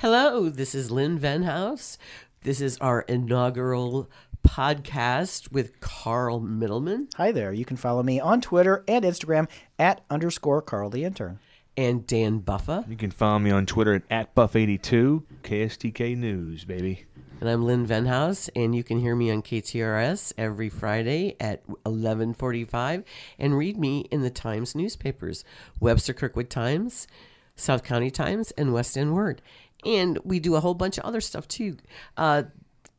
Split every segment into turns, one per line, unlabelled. Hello, this is Lynn Venhouse. This is our inaugural podcast with Carl Middleman
Hi there. You can follow me on Twitter and Instagram at underscore Carl the Intern.
and Dan Buffa.
You can follow me on Twitter at, at Buff82, KSTK News, baby.
And I'm Lynn Venhouse, and you can hear me on KTRS every Friday at 11:45, and read me in the Times newspapers, Webster Kirkwood Times, South County Times, and West End Word. And we do a whole bunch of other stuff too. Uh,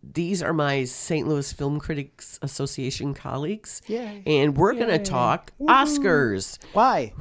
these are my St. Louis Film Critics Association colleagues,
Yay.
and we're gonna talk Oscars.
Why?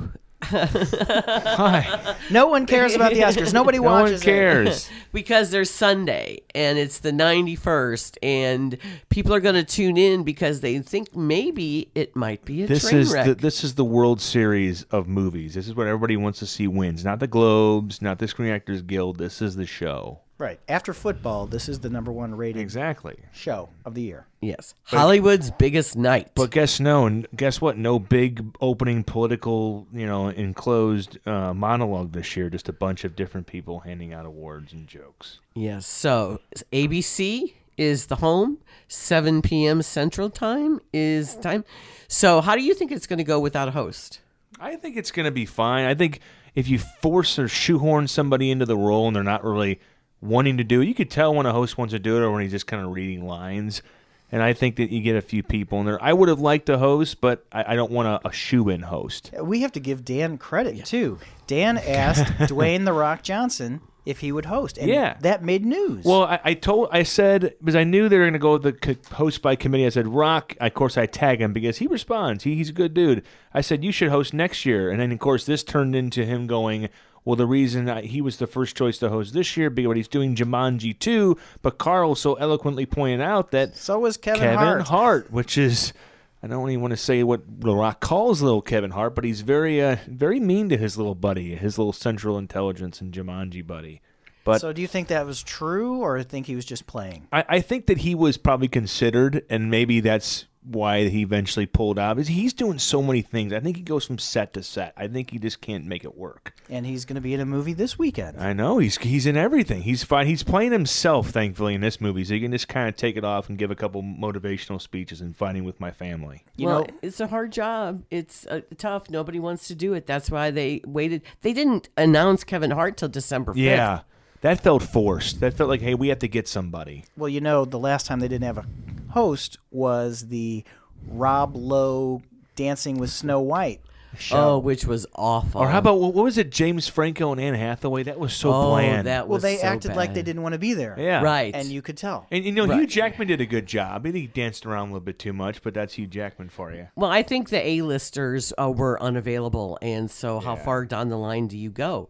Hi.
No one cares about the Oscars. Nobody
no
watches it.
one cares.
because there's Sunday and it's the 91st, and people are going to tune in because they think maybe it might be a
This
train
is
wreck.
the, this is the World Series of movies. This is what everybody wants to see wins. Not the Globes, not the Screen Actors Guild. This is the show.
Right. After football, this is the number one rated
Exactly.
show of the year.
yes, Hollywood's biggest night.
But guess no, and guess what? No big opening political, you know, enclosed uh, monologue this year. Just a bunch of different people handing out awards and jokes.
yes, so ABC is the home. 7 p.m. Central Time is time. So, how do you think it's going to go without a host?
I think it's going to be fine. I think if you force or shoehorn somebody into the role and they're not really wanting to do it, you could tell when a host wants to do it or when he's just kind of reading lines. And I think that you get a few people in there. I would have liked a host, but I, I don't want a, a shoe in host.
We have to give Dan credit, too. Dan asked Dwayne The Rock Johnson if he would host. And
Yeah.
that made news.
Well, I, I told, I said, because I knew they were going to go with the co- host by committee. I said, Rock, of course, I tag him because he responds. He, he's a good dude. I said, you should host next year. And then, of course, this turned into him going, well, the reason I, he was the first choice to host this year, because he's doing Jumanji 2, but Carl so eloquently pointed out that
so was Kevin,
Kevin
Hart.
Hart. which is I don't even want to say what The Rock calls little Kevin Hart, but he's very uh, very mean to his little buddy, his little Central Intelligence and Jumanji buddy. But
So do you think that was true or think he was just playing?
I, I think that he was probably considered, and maybe that's why he eventually pulled out. Is he's doing so many things? I think he goes from set to set. I think he just can't make it work.
And he's going to be in a movie this weekend.
I know he's he's in everything. He's fine. He's playing himself, thankfully, in this movie, so he can just kind of take it off and give a couple motivational speeches and fighting with my family.
you
well,
know,
it's a hard job. It's uh, tough. Nobody wants to do it. That's why they waited. They didn't announce Kevin Hart till December 5th.
Yeah. That felt forced. That felt like, hey, we have to get somebody.
Well, you know, the last time they didn't have a host was the Rob Lowe Dancing with Snow White show.
Oh, which was awful.
Or how about what what was it? James Franco and Anne Hathaway. That was so
oh,
bland.
that
well,
was
they
so
acted like they
bad.
didn't want to be there.
yeah,
Right.
And you could tell.
And you know, Hugh
Right.
Jackman did a good job. I think he danced around a little bit too much, but that's Hugh Jackman for you.
Well, I think the A-listers uh, were unavailable, and so how far down the line do you go?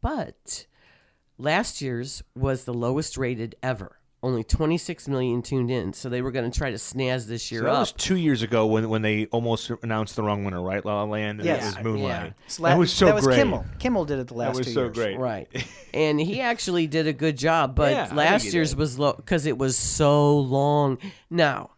But last year's was the lowest rated ever. Only 26 million tuned in, so they were going to try to snaz this year
So that
up.
was two years ago when when they almost announced the wrong winner, right? La La Land. And
Yes.
It was Moonlight.
It's
That was so
That was
great.
Kimmel. Kimmel did it the last
That was
two
so
years.
great.
Right. and he actually did a good job, but
Yeah, I think he
last
did.
year's was low because it was so long. Now,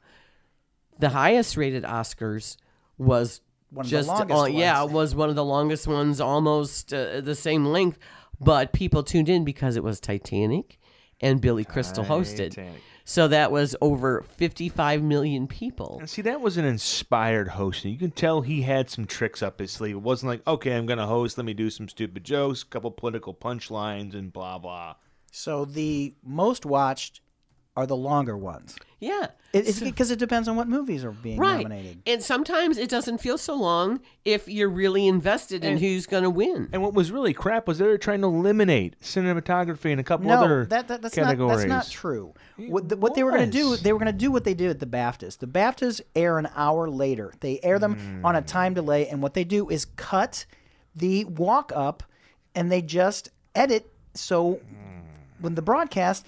the highest rated Oscars was
One of the
just,
longest
uh, yeah,
ones.
it was one of the longest ones, almost uh, the same length, but people tuned in because it was Titanic and Billy Crystal hosted.
Titanic.
So that was over 55 million people.
And see, that was an inspired hosting. You can tell he had some tricks up his sleeve. It wasn't like, okay, I'm going to host. Let me do some stupid jokes, a couple political punchlines, and blah blah.
So the most watched are the longer ones.
Yeah.
It- It's because it depends on what movies are being
Right.
nominated.
And sometimes it doesn't feel so long if you're really invested in who's going to win.
And what was really crap was they were trying to eliminate cinematography and a couple
No,
other
that, that, that's not
categories.
that's not true. What, the, what they were going to do,
was.
they were going to do what they did at the BAFTAs. The BAFTAs air an hour later. They air them
Hmm.
on a time delay, and what they do is cut the walk up, and they just edit. So
Hmm.
when the broadcast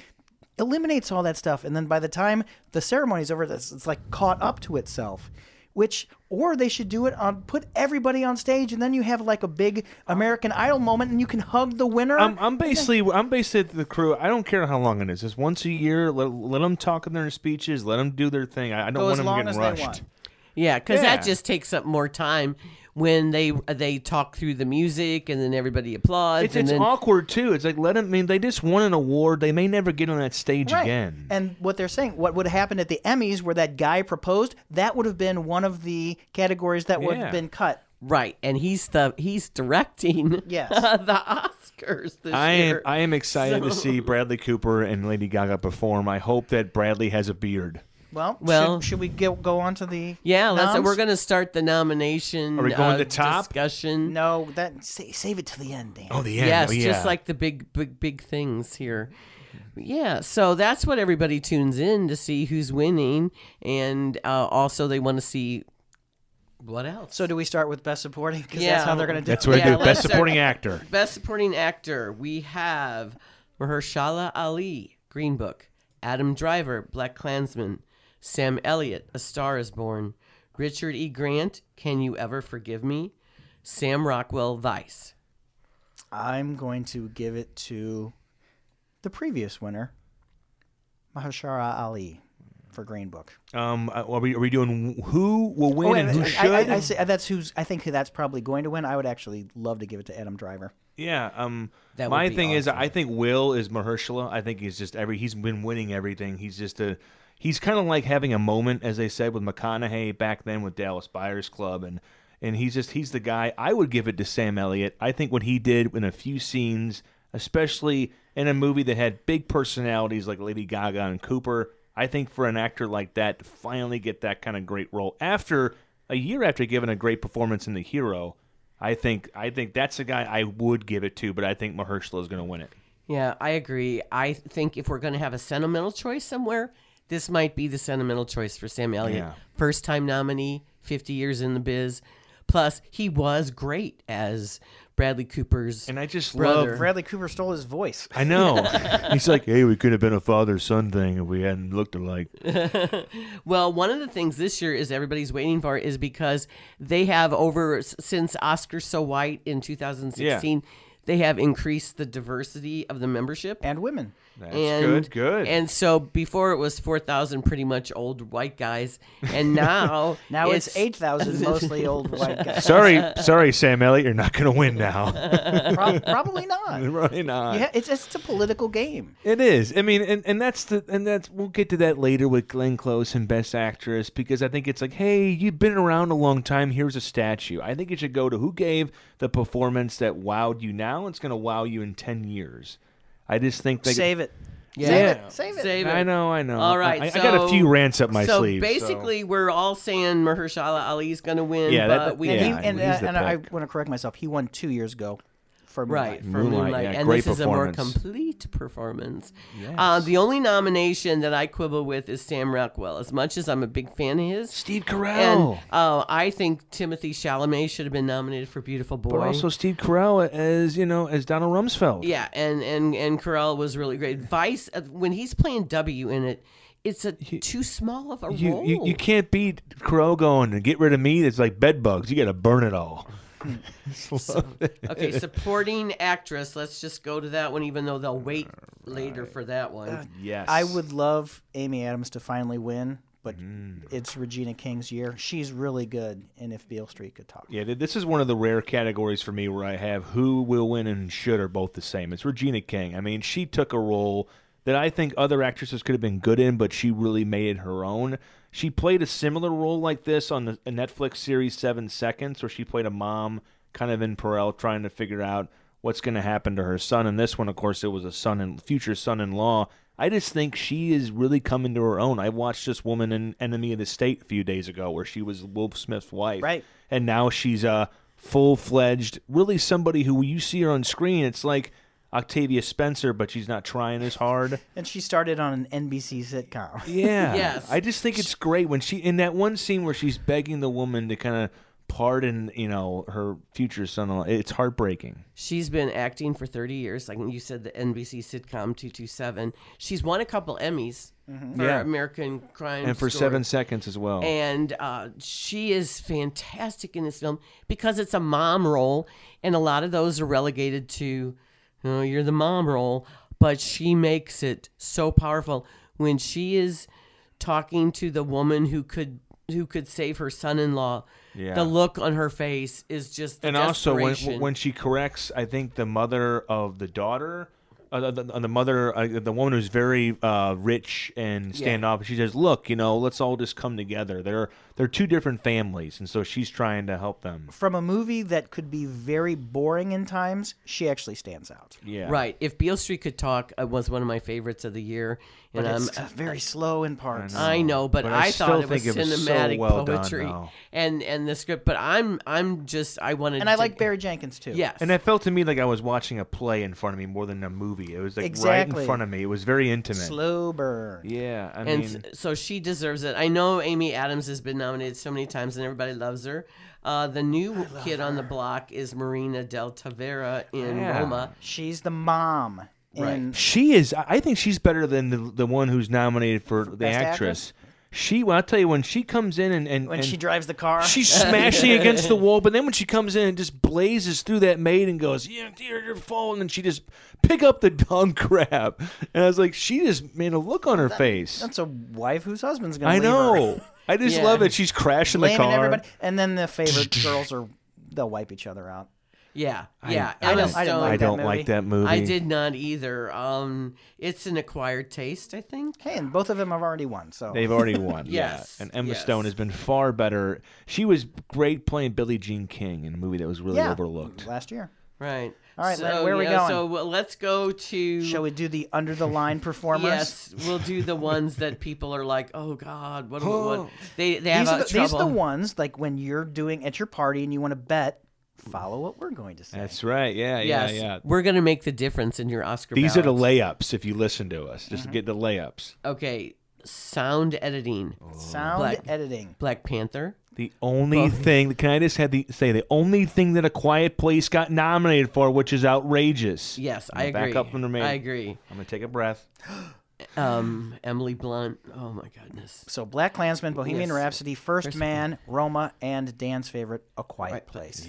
eliminates all that stuff, and then by the time the ceremony's over, it's, it's like caught up to itself. Which, or they should do it on put everybody on stage, and then you have like a big American Idol moment, and you can hug the winner.
I'm, I'm basically I'm basically the crew. I don't care how long it is. It's once a year. Let, let them talk in their speeches. Let them do their thing. I, I don't
Go
want
as
them
long
getting
as they
rushed.
want.
Yeah, because
Yeah.
that just takes up more time when they they talk through the music and then everybody applauds.
It's,
and
it's
then,
awkward too. It's like let them. I mean, they just won an award. They may never get on that stage
Right.
again.
And what they're saying, what would have happened at the Emmys where that guy proposed, that would have been one of the categories that would
Yeah.
have been cut.
Right, and he's the he's directing
Yes.
the Oscars this
I am
year.
I am excited to see Bradley Cooper and Lady Gaga perform. I hope that Bradley has a beard.
Well,
Well-
should, should we go, go on to the
yeah, let's,
noms?
we're going to start the nomination.
Are we going
uh,
to top?
discussion?
No, that sa- save it to the end, Dan.
Oh, the end.
Yes,
Oh, yeah.
just like the big, big, big things here. Yeah, so that's what everybody tunes in to see who's winning, and uh, also they want to see what else.
So do we start with best supporting? Because
Yeah.
that's how they're going to do.
that's what
Yeah,
I do. Best
let's-
supporting actor.
Best Supporting Actor, we have Mahershala Ali, Green Book, Adam Driver, Black Klansman, Sam Elliott, A Star Is Born, Richard E. Grant, Can You Ever Forgive Me, Sam Rockwell, Vice.
I'm going to give it to the previous winner, Mahershala Ali, for Green Book.
Um, uh, are we are we doing who will win and who
Oh, I,
should?
I, I, say, that's who's. I think that's probably going to win. I would actually love to give it to Adam Driver.
yeah. Um,
That
my
would be
thing is,
awesome.
I think Will is Mahershala. I think he's just every. He's been winning everything. He's just a. He's kind of like having a moment, as they said with McConaughey back then with Dallas Buyers Club, and and he's just he's the guy. I would give it to Sam Elliott. I think what he did in a few scenes, especially in a movie that had big personalities like Lady Gaga and Cooper. I think for an actor like that to finally get that kind of great role after a year after giving a great performance in The Hero, I think I think that's the guy I would give it to, but I think Mahershala is going to win it.
Yeah, I agree. I think if we're going to have a sentimental choice somewhere, this might be the sentimental choice for Sam Elliott.
Yeah.
First time nominee, 50 years in the biz. Plus, he was great as Bradley Cooper's.
And I just
Brother.
love.
Bradley Cooper stole his voice.
I know. He's like, hey, we could have been a father son thing if we hadn't looked alike.
Well, one of the things this year is everybody's waiting for is because they have over since Oscars So White in 2016, they have increased the diversity of the membership.
And women.
That's good. Good.
And so before it was 4,000 pretty much old white guys. And now,
Now it's, 8,000 mostly old white guys.
sorry, sorry, Sam Elliott, you're not going to win now.
Prob- probably not.
Probably not.
Yeah, it's, it's a political game.
It is. I mean, and, and that's the and that's we'll get to that later with Glenn Close and Best Actress because I think it's like, hey, you've been around a long time. Here's a statue. I think it should go to who gave the performance that wowed you. Now it's going to wow you in ten years. I just think they
Save it.
Yeah.
Save it. Save it.
Save it.
I know, I know.
All right.
I,
so,
I got a few rants up my
so
sleeve.
basically, we're all saying Mahershala Ali's going to win.
Yeah, that-
but we
yeah.
And, he-
think-
and,
he's
uh,
the
and I
pick.
want to correct myself. He won two years ago for
Right,
Moonlight.
for
Moonlight,
Moonlight.
yeah,
and
great
this is a more
performance.
complete performance. Uh, the only nomination that I quibble with is Sam Rockwell. As much as I'm a big fan of his,
Steve
and
Carell.
uh, I think Timothy Chalamet should have been nominated for Beautiful Boy.
but also Steve Carell as you know as Donald Rumsfeld.
yeah, and and and Carell was really great. Vice uh, when he's playing W in it, it's a too small of a
You,
role.
you you can't beat Carell going and get rid of me. It's like bed bugs. You got to burn it all.
okay, supporting actress. Let's just go to that one, even though they'll wait later for that one.
Yes,
I would love Amy Adams to finally win, but
Mm.
it's Regina King's year. She's really good. And if Beale Street could talk.
Yeah, th- this is one of the rare categories for me where I have who will win and should are both the same. It's Regina King. I mean, she took a role that I think other actresses could have been good in, but she really made it her own. She played a similar role like this on the a Netflix series Seven Seconds, where she played a mom kind of in Perel trying to figure out what's going to happen to her son. And this one, of course, it was a son and future son-in-law. I just think she is really coming to her own. I watched this woman in Enemy of the State a few days ago, where she was Will Smith's wife
Right.
and now she's a full-fledged really somebody who you see her on screen it's like octavia spencer but she's not trying as hard
And she started on an NBC sitcom.
yeah
Yes.
i just think it's great when she in that one scene where she's begging the woman to kind of pardon you know her future son-in-law it's heartbreaking
She's been acting for 30 years, like you said, the NBC sitcom 227. She's won a couple Emmys for
Yeah.
American Crime
and for
Story.
seven seconds as well
And uh, she is fantastic in this film because it's a mom role, and a lot of those are relegated to, you know, you're the mom role, but she makes it so powerful when she is talking to the woman who could who could save her son-in-law.
Yeah.
The look on her face is just
and also when,
desperation.
when she corrects i think the mother of the daughter uh, the, the- the mother uh, the woman who's very uh, rich and standoff she says look you know let's all just come together they're they're two different families and so she's trying to help them
From a movie that could be very boring in times, she actually stands out.
yeah
Right. If Beale Street Could Talk uh, was one of my favorites of the year, and
But
I'm
it's uh, very slow in parts.
I know, but,
Oh, But I
I,
still
thought it was
think it was so
cinematic
well done,
poetry
though.
and and the script. But I'm I'm just I wanted
and I
to-
like Barry Jenkins too.
Yes,
and it felt to me like i was watching a play in front of me more than a movie it was like right in
Exactly.
front of me it was very intimate
Slow burn.
yeah i
and
mean
s- so she deserves it. I know Amy Adams has been nominated so many times, and everybody loves her. Uh, the new kid on the block is Marina del Tavera in
Yeah.
Roma.
She's the mom. In,
She is. I I think she's better than the, the one who's nominated for, the
Best
actress. She. Well, I'll tell you when she comes in and and,
When
and
she drives the car.
she's smashing against the wall, but then when she comes in and just blazes through that maid and goes, "Yeah, dear, your phone," and she just pick up the dumb crap. And I was like, she just made a look on her face.
That's a wife whose husband's gonna.
I
leave her.
know. I just
Yeah.
love it. She's crashing the
Blaming
car.
everybody, and then the favorite girls are they'll wipe each other out.
Yeah, yeah. Emma
don't-
I
I didn't
Stone-
like
I
that
don't like
movie.
that movie.
I did not either. Um, it's an acquired taste, I think.
Hey, and both of them have already won. So
They've already won.
Yes,
Yeah. And Emma
yes.
Stone has been far better. She was great playing Billie Jean King in a movie that was really overlooked.
last year.
Right.
All right,
So,
Len, where are we
yeah,
going?
So well, let's go to
Shall we do the under the line performers?
Yes, we'll do the ones that people are like, "Oh God, what?" what, what? They they have
These
uh,
are, the,
trouble.
these are the ones like when you're doing at your party and you want to bet. Follow what we're going to say.
That's right. Yeah.
Yes,
Yeah. Yeah.
we're gonna make the difference in your Oscar.
These are the
ballots.
layups. If you listen to us,
Mm-hmm.
just get the layups.
okay. Sound editing,
Oh.
Sound
Black.
editing.
Black Panther.
The only thing can I just have the say the only thing that a Quiet Place got nominated for, which is outrageous.
Yes,
I'm
I
gonna
agree.
Back up from the main.
I agree.
I'm gonna take a breath.
Um, Emily Blunt. Oh my goodness.
So Black Klansman, Bohemian
Yes.
Rhapsody, First, Man, Roma, and Dan's favorite, A Quiet Place.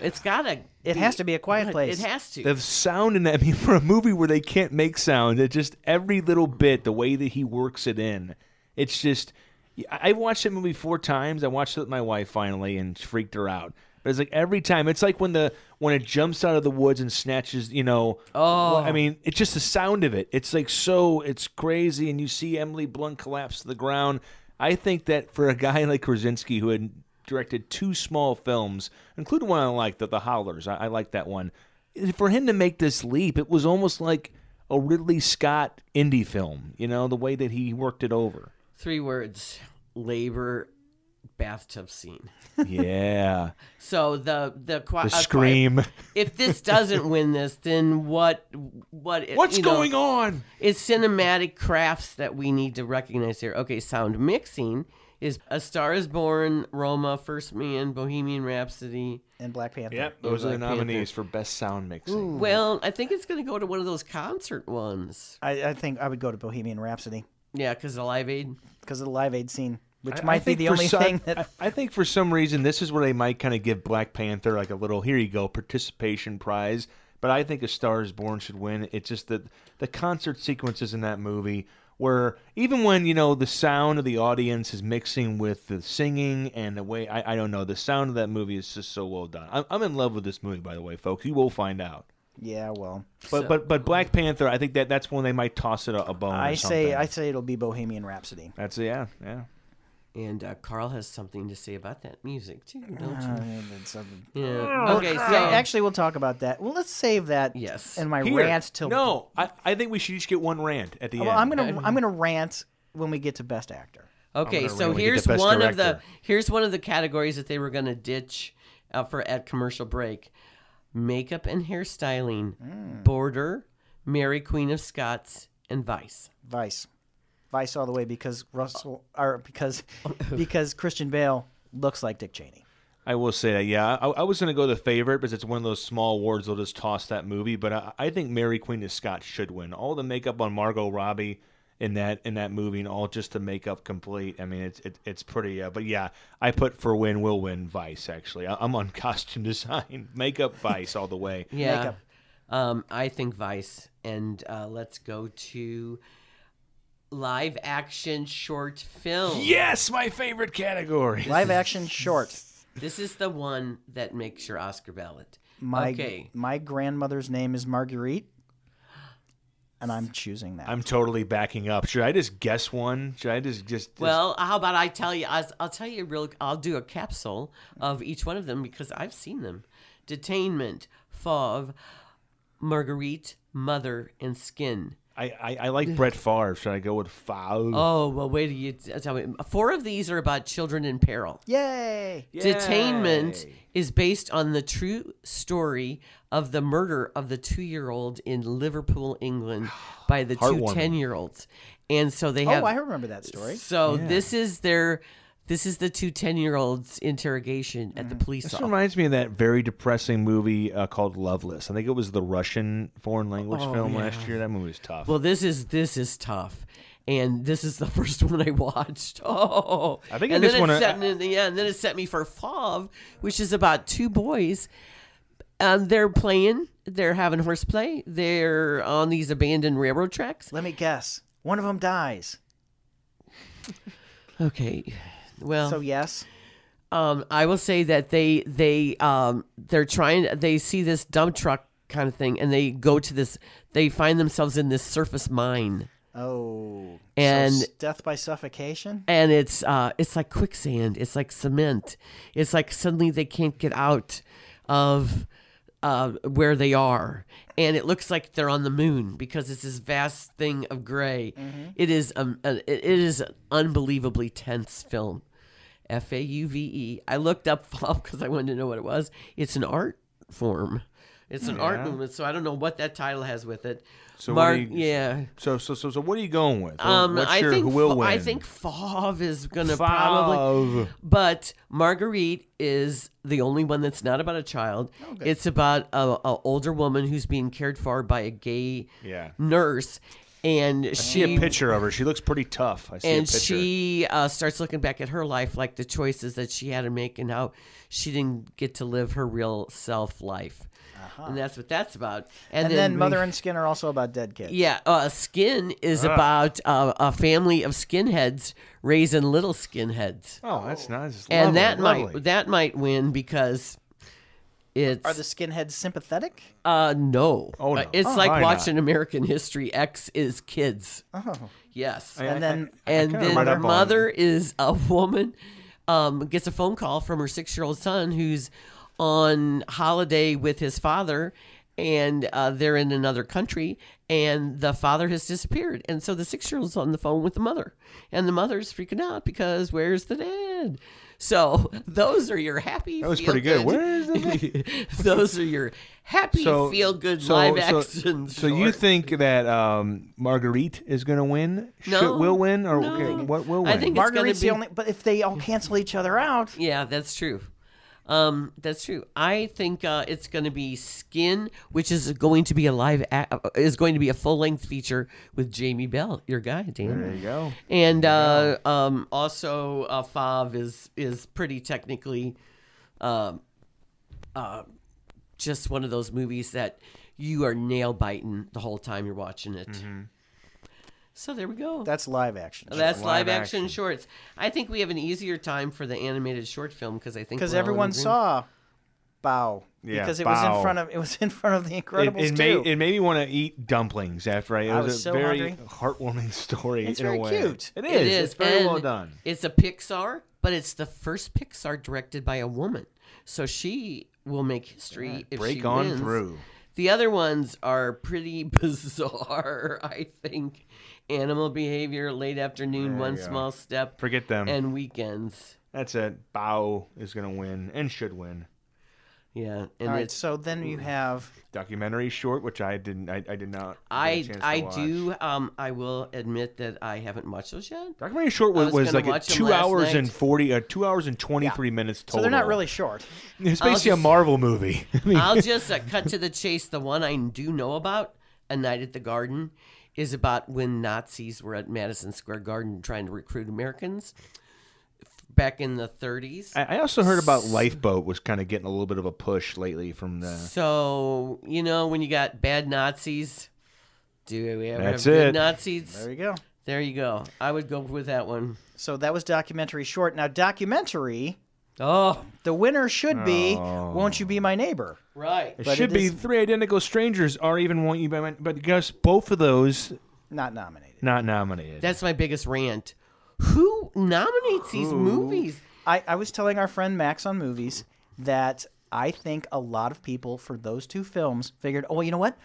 It's gotta.
It has to be A Quiet Place.
It has to.
The sound in that I mean for a movie where they can't make sound, it just every little bit, the way that he works it in, it's just. I I watched that movie four times. I watched it with my wife finally, and freaked her out. But it's like every time, it's like when the when it jumps out of the woods and snatches, you know.
Oh.
I mean, it's just the sound of it. It's like so, it's crazy, and you see Emily Blunt collapse to the ground. I think that for a guy like Krasinski, who had directed two small films, including one I liked, the, the Howlers, I, I like that one. For him to make this leap, it was almost like a Ridley Scott indie film. You know, the way that he worked it over.
Three words: labor, bathtub scene.
Yeah,
So the the, qui-
the
a Quiet-
scream.
If this doesn't win this, then what? What?
What's
you know,
going on?
It's cinematic crafts that we need to recognize here. Okay, sound mixing is A Star is Born, Roma, First Man, Bohemian Rhapsody.
And Black Panther.
those are the
Black Panther.
nominees for best sound mixing.
Well, I think it's going to go to one of those concert ones.
I, I think I would go to Bohemian Rhapsody
Yeah, because the Live Aid.
because of the Live Aid scene, which
I- I
might be
think
the
for
only
some-
thing that.
I, I think for some reason this is where they might kind of give Black Panther like a little here you go participation prize. But I think A Star Is Born should win. It's just that the concert sequences in that movie where even when you know the sound of the audience is mixing with the singing and the way I, I don't know the sound of that movie is just so well done. I'm, I'm in love with this movie by the way, folks. You will find out.
yeah, well,
But but but Black Panther, I think that that's when they might toss it a, a bone. or
I say
something.
I say it'll be Bohemian Rhapsody.
that's yeah yeah.
And uh, Carl has something to say about that music, too, don't you?
Uh, it's a-
Yeah. Okay, so.
Oh, Yeah, actually, we'll talk about that. Well, let's save that.
Yes.
And my
Here.
rant till.
no, I, I think we should each get one rant at the
Well,
end.
I'm gonna I'm gonna rant when we get to Best Actor.
Okay,
gonna
so
randomly get
here's
the best
one of the
director.
here's one of the categories that they were going to ditch uh, for at commercial break: makeup and hairstyling,
Hmm.
border, Mary Queen of Scots, and Vice.
Vice, Vice all the way because Russell
Uh,
or because because Christian Bale looks like Dick Cheney.
I will say that. Yeah, I, I was going to go the favorite because it's one of those small awards they'll just toss that movie. But I, I think Mary Queen of Scots should win. All the makeup on Margot Robbie in that in that movie, and all just the makeup complete. I mean, it's it, it's pretty. Uh, but yeah, I put for win will win Vice. Actually, I, I'm on costume design, makeup Vice all the way.
Yeah,
Makeup.
Um, I think Vice, and uh, let's go to live action short film.
Yes, my favorite category.
Live action short.
This is the one that makes your Oscar ballot.
My
okay.
my grandmother's name is Marguerite, and I'm choosing that.
I'm totally backing up. Should I just guess one? Should I just just, just
Well, how about I tell you? I'll, I'll tell you real. I'll do a capsule of each one of them because I've seen them: Detainment, Fauve, Marguerite, Mother, and Skin.
I, I I like Brett Favre. Should I go with Favre?
Oh well, wait till you tell me. Four of these are about children in peril.
Yay!
Detainment is based on the true story of the murder of the two year old in Liverpool, England, by the two
Heartwarming.
10 year olds. And so they have.
Oh, I remember that story.
so this is their. This is the two 10 year olds interrogation at the police
This
office.
reminds me of that very depressing movie uh, called Loveless. I think it was the Russian foreign language film last year. That movie was tough.
Oh, Well, this is this is tough. And this is the first one I watched. Oh,
I think I
and
just
then it
wanna-
set me in the end. Then it set me for Fav, which is about two boys. Um, they're playing. They're having horseplay. They're on these abandoned railroad tracks.
Let me guess. One of them dies.
Okay, well,
So yes.
um, I will say that they they um, they're trying. They see this dump truck kind of thing, and they go to this. They find themselves in this surface mine.
Oh.
And-
so s- death by suffocation.
and it's uh it's like quicksand it's like cement it's like suddenly they can't get out of uh where they are and it looks like they're on the moon because it's this vast thing of gray It is um uh, it it is an unbelievably tense film F A U V E. I looked up FOV because I wanted to know what it was. It's an art form. It's an art movement, so I don't know what that title has with it.
So what
Mark,
do you-
yeah.
so so so so what are you going with?
Um,
What's
I
your
think
who will
Fa-
win?
I think Fav is gonna probably,
Favre.
but Marguerite is the only one that's not about a child.
Oh,
It's about a, a older woman who's being cared for by a gay
Yeah.
nurse, and
See
she
a picture of her. She looks pretty tough. I see a
and
picture.
she uh, starts looking back at her life, like the choices that she had to make, and how she didn't get to live her real self life,
Uh-huh.
and that's what that's about. And,
And then
we-
mother and skin are also about dead kids.
yeah, uh, skin is
Ah.
about uh, a family of skinheads raising little skinheads,
oh, that's nice.
and
Lovely,
that
lovely.
might that might win because it's
Are the skinheads sympathetic?
uh no,
Oh, no.
Uh, it's
Oh, why
like
not?
watching American History X is kids. Oh, yes,
And then
and
kinda
then
read
her
up on
mother is a woman um, gets a phone call from her six year old son who's on holiday with his father and uh, they're in another country and the father has disappeared and so the six year old's on the phone with the mother and the mother's freaking out because where's the dad so those are your happy
that was pretty good. Where is the
those are your happy feel good live action
So you
shorts.
think that um, Marguerite is going to win?
No.
will win or
No.
okay, what will win?
I think it's gonna
Marguerite's the
be-
only. But if they all cancel each other out,
Yeah, that's true. Um, that's true. I think uh, it's going to be Skin, which is going to be a live a- uh, is going to be a full length feature with Jamie Bell, your guy, Dan.
there you go.
And uh, um, also, uh, Fav is is pretty technically, um, uh, just one of those movies that you are nail biting the whole time you're watching it.
Mm-hmm.
So there we go.
that's live action.
That's live,
Live
action,
action.
shorts. I think we have an easier time for the animated short film because I think
because
we're all in
everyone
agreement.
saw Bow
Yeah,
because it was
Bow.
in front of it was in front of the
It,
Incredibles
it
too.
made it made me want to eat dumplings after I. It
I
was,
was
a
so
very
hungry.
heartwarming story.
It's
in
very
a way.
cute.
It is.
It is.
It's very well
and
done.
It's a Pixar, but it's the first Pixar directed by a woman, so she will make history. if
Break
she
on
wins.
through.
The other ones are pretty bizarre, I think. Animal behavior, late afternoon, one
go.
small step,
Forget them.
and weekends.
That's it. Bao is going to win and should win.
Yeah, and
all right,
it's
so then you have
Documentary short, which I didn't. I, I did not. get a
I
chance to
I
watch.
do um I will admit that I haven't watched those yet.
Documentary short
I
was,
was
was
gonna
like a
watch 'em
two
last
hours
night.
and forty, uh, two hours and twenty three minutes total.
so they're not really short.
It's basically a
just-
Marvel movie. I mean,
I'll just uh, cut to the chase. The one I do know about, A Night at the Garden, is about when Nazis were at Madison Square Garden trying to recruit Americans back in the 30s.
I I also heard about Lifeboat was kind of getting a little bit of a push lately from the.
so, you know, when you got bad Nazis, do we ever
That's
have good
it.
Nazis?
There you go.
There you go. I would go with that one.
So that was documentary short. Now documentary,
Oh,
the winner should be
Oh.
"Won't You Be My Neighbor."
right.
It
But
should
it
be
is-
three identical strangers are even want you by my. But guess both of those
Not nominated.
not nominated.
That's my biggest rant. Who nominates these movies?
I, I was telling our friend Max on movies that I think a lot of people for those two films figured, oh, you know what?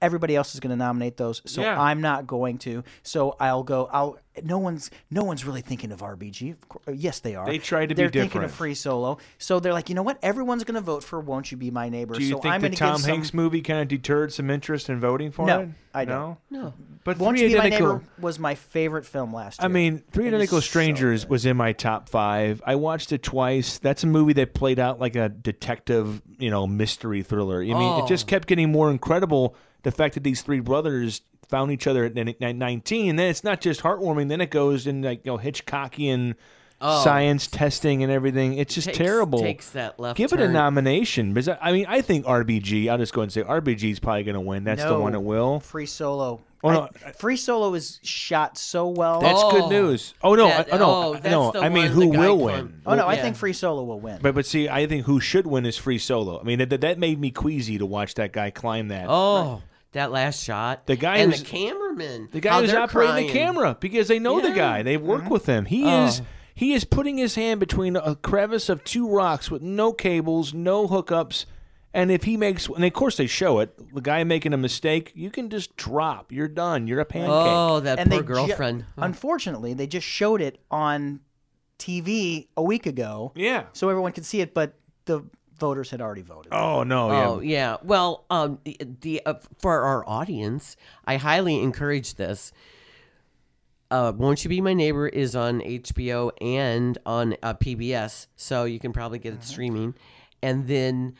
Everybody else is going to nominate those, so
Yeah.
I'm not going to. So I'll go. I'll. No one's. No one's really thinking of RBG. Of cour- uh, Yes, they are.
They tried to be
They're thinking of
different.
Free Solo, so they're like, you know what? Everyone's going to vote for "Won't You Be My Neighbor."
Do you
so
think
I'm
the
going to
Tom
give some.
Hanks movie kind of deterred some interest in voting for
No,
it?
I don't.
No.
But
"Won't
three
You Be My
identical.
Neighbor" was my favorite film last year.
I mean, Three
It is
Identical
so
Strangers
good.
was in my top five. I watched it twice. That's a movie that played out like a detective, you know, mystery thriller. I mean,
Oh.
it just kept getting more incredible. The fact that these three brothers found each other at nin- nin- 19, then it's not just heartwarming. Then it goes in like, you know, Hitchcockian science testing and everything. It's just
Oh, Takes-
terrible.
takes that left
Give it a
turn.
nomination. Because I I mean, I think RBG, I'll just go and say RBG is probably going to win. That's the
No.
one that will.
Free Solo.
Oh, no,
I- Free Solo is shot so well.
That's
Oh.
good news. Oh no,
That-
I- oh, no,
oh,
I-
that's
no.
the
I mean,
one
who
the guy
will
clung-
win?
Oh no, I
Yeah.
think Free Solo will win.
But but see, I think who should win is Free Solo. I mean, that that made me queasy to watch that guy climb that.
Oh, that last shot.
The guy
and
who's-
the cameraman.
the guy
How
who's
they're
operating the
crying.
camera because they know the
Yeah. Mm-hmm. Oh.
guy. They work with him. He is he is putting his hand between a crevice of two rocks with no cables, no hookups. And if he makes, and of course they show it, the guy making a mistake, you can just drop. You're done. You're a pancake.
Oh, that
and
poor
they ju-
girlfriend.
unfortunately, they just showed it on TV a week ago,
Yeah.
so everyone could see it. But the voters had already voted.
Oh no.
Oh
yeah.
yeah. Well, um, the, the uh, for our audience, I highly encourage this. Uh, Won't You Be My Neighbor is on HBO and on uh, PBS, so you can probably
Mm-hmm.
get it streaming. And then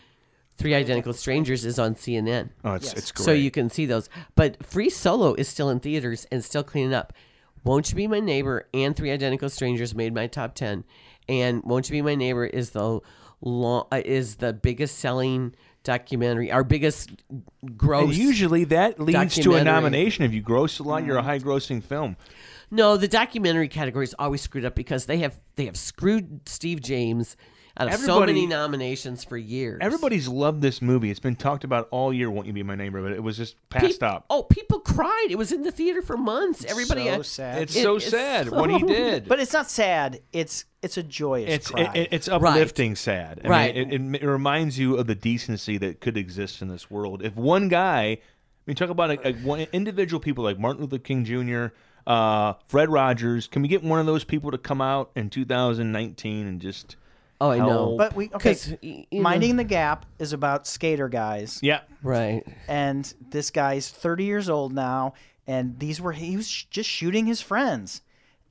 Three Identical Strangers is on CNN,
Oh, it's it's great.
so you can see those. But Free Solo is still in theaters and still cleaning up. Won't You Be My Neighbor and Three Identical Strangers made my top ten, and Won't You Be My Neighbor is the long, uh, is the biggest selling documentary, our biggest gross.
And usually that leads to a
documentary. Mm-hmm.
nomination. If you gross a lot, you're a high grossing film.
No, the documentary category is always screwed up because they have they have screwed Steve James out of so
Everybody-
many nominations for years.
Everybody's loved this movie. It's been talked about all year. Won't you be my neighbor? But it was just passed
Peop-
up.
Oh, people cried. It was in the theater for months. Everybody.
so
uh,
sad.
It's
It
so
is
sad
so-
what he did.
but it's not sad. It's it's a joyous
it's
cry.
it, it- it's uplifting sad. I
Right.
Mean, it, it, it reminds you of the decency that could exist in this world. If one guy, I mean, talk about a, a, one, individual people like Martin Luther King Jr., uh, Fred Rogers. Can we get one of those people to come out in 2019 and just?
Oh, I know.
Help.
but we okay.
'Cause, y- you know-
Minding the Gap is about skater guys,
Yeah.
Right.
and this guy's 30 years old now, and these were he was sh- just shooting his friends,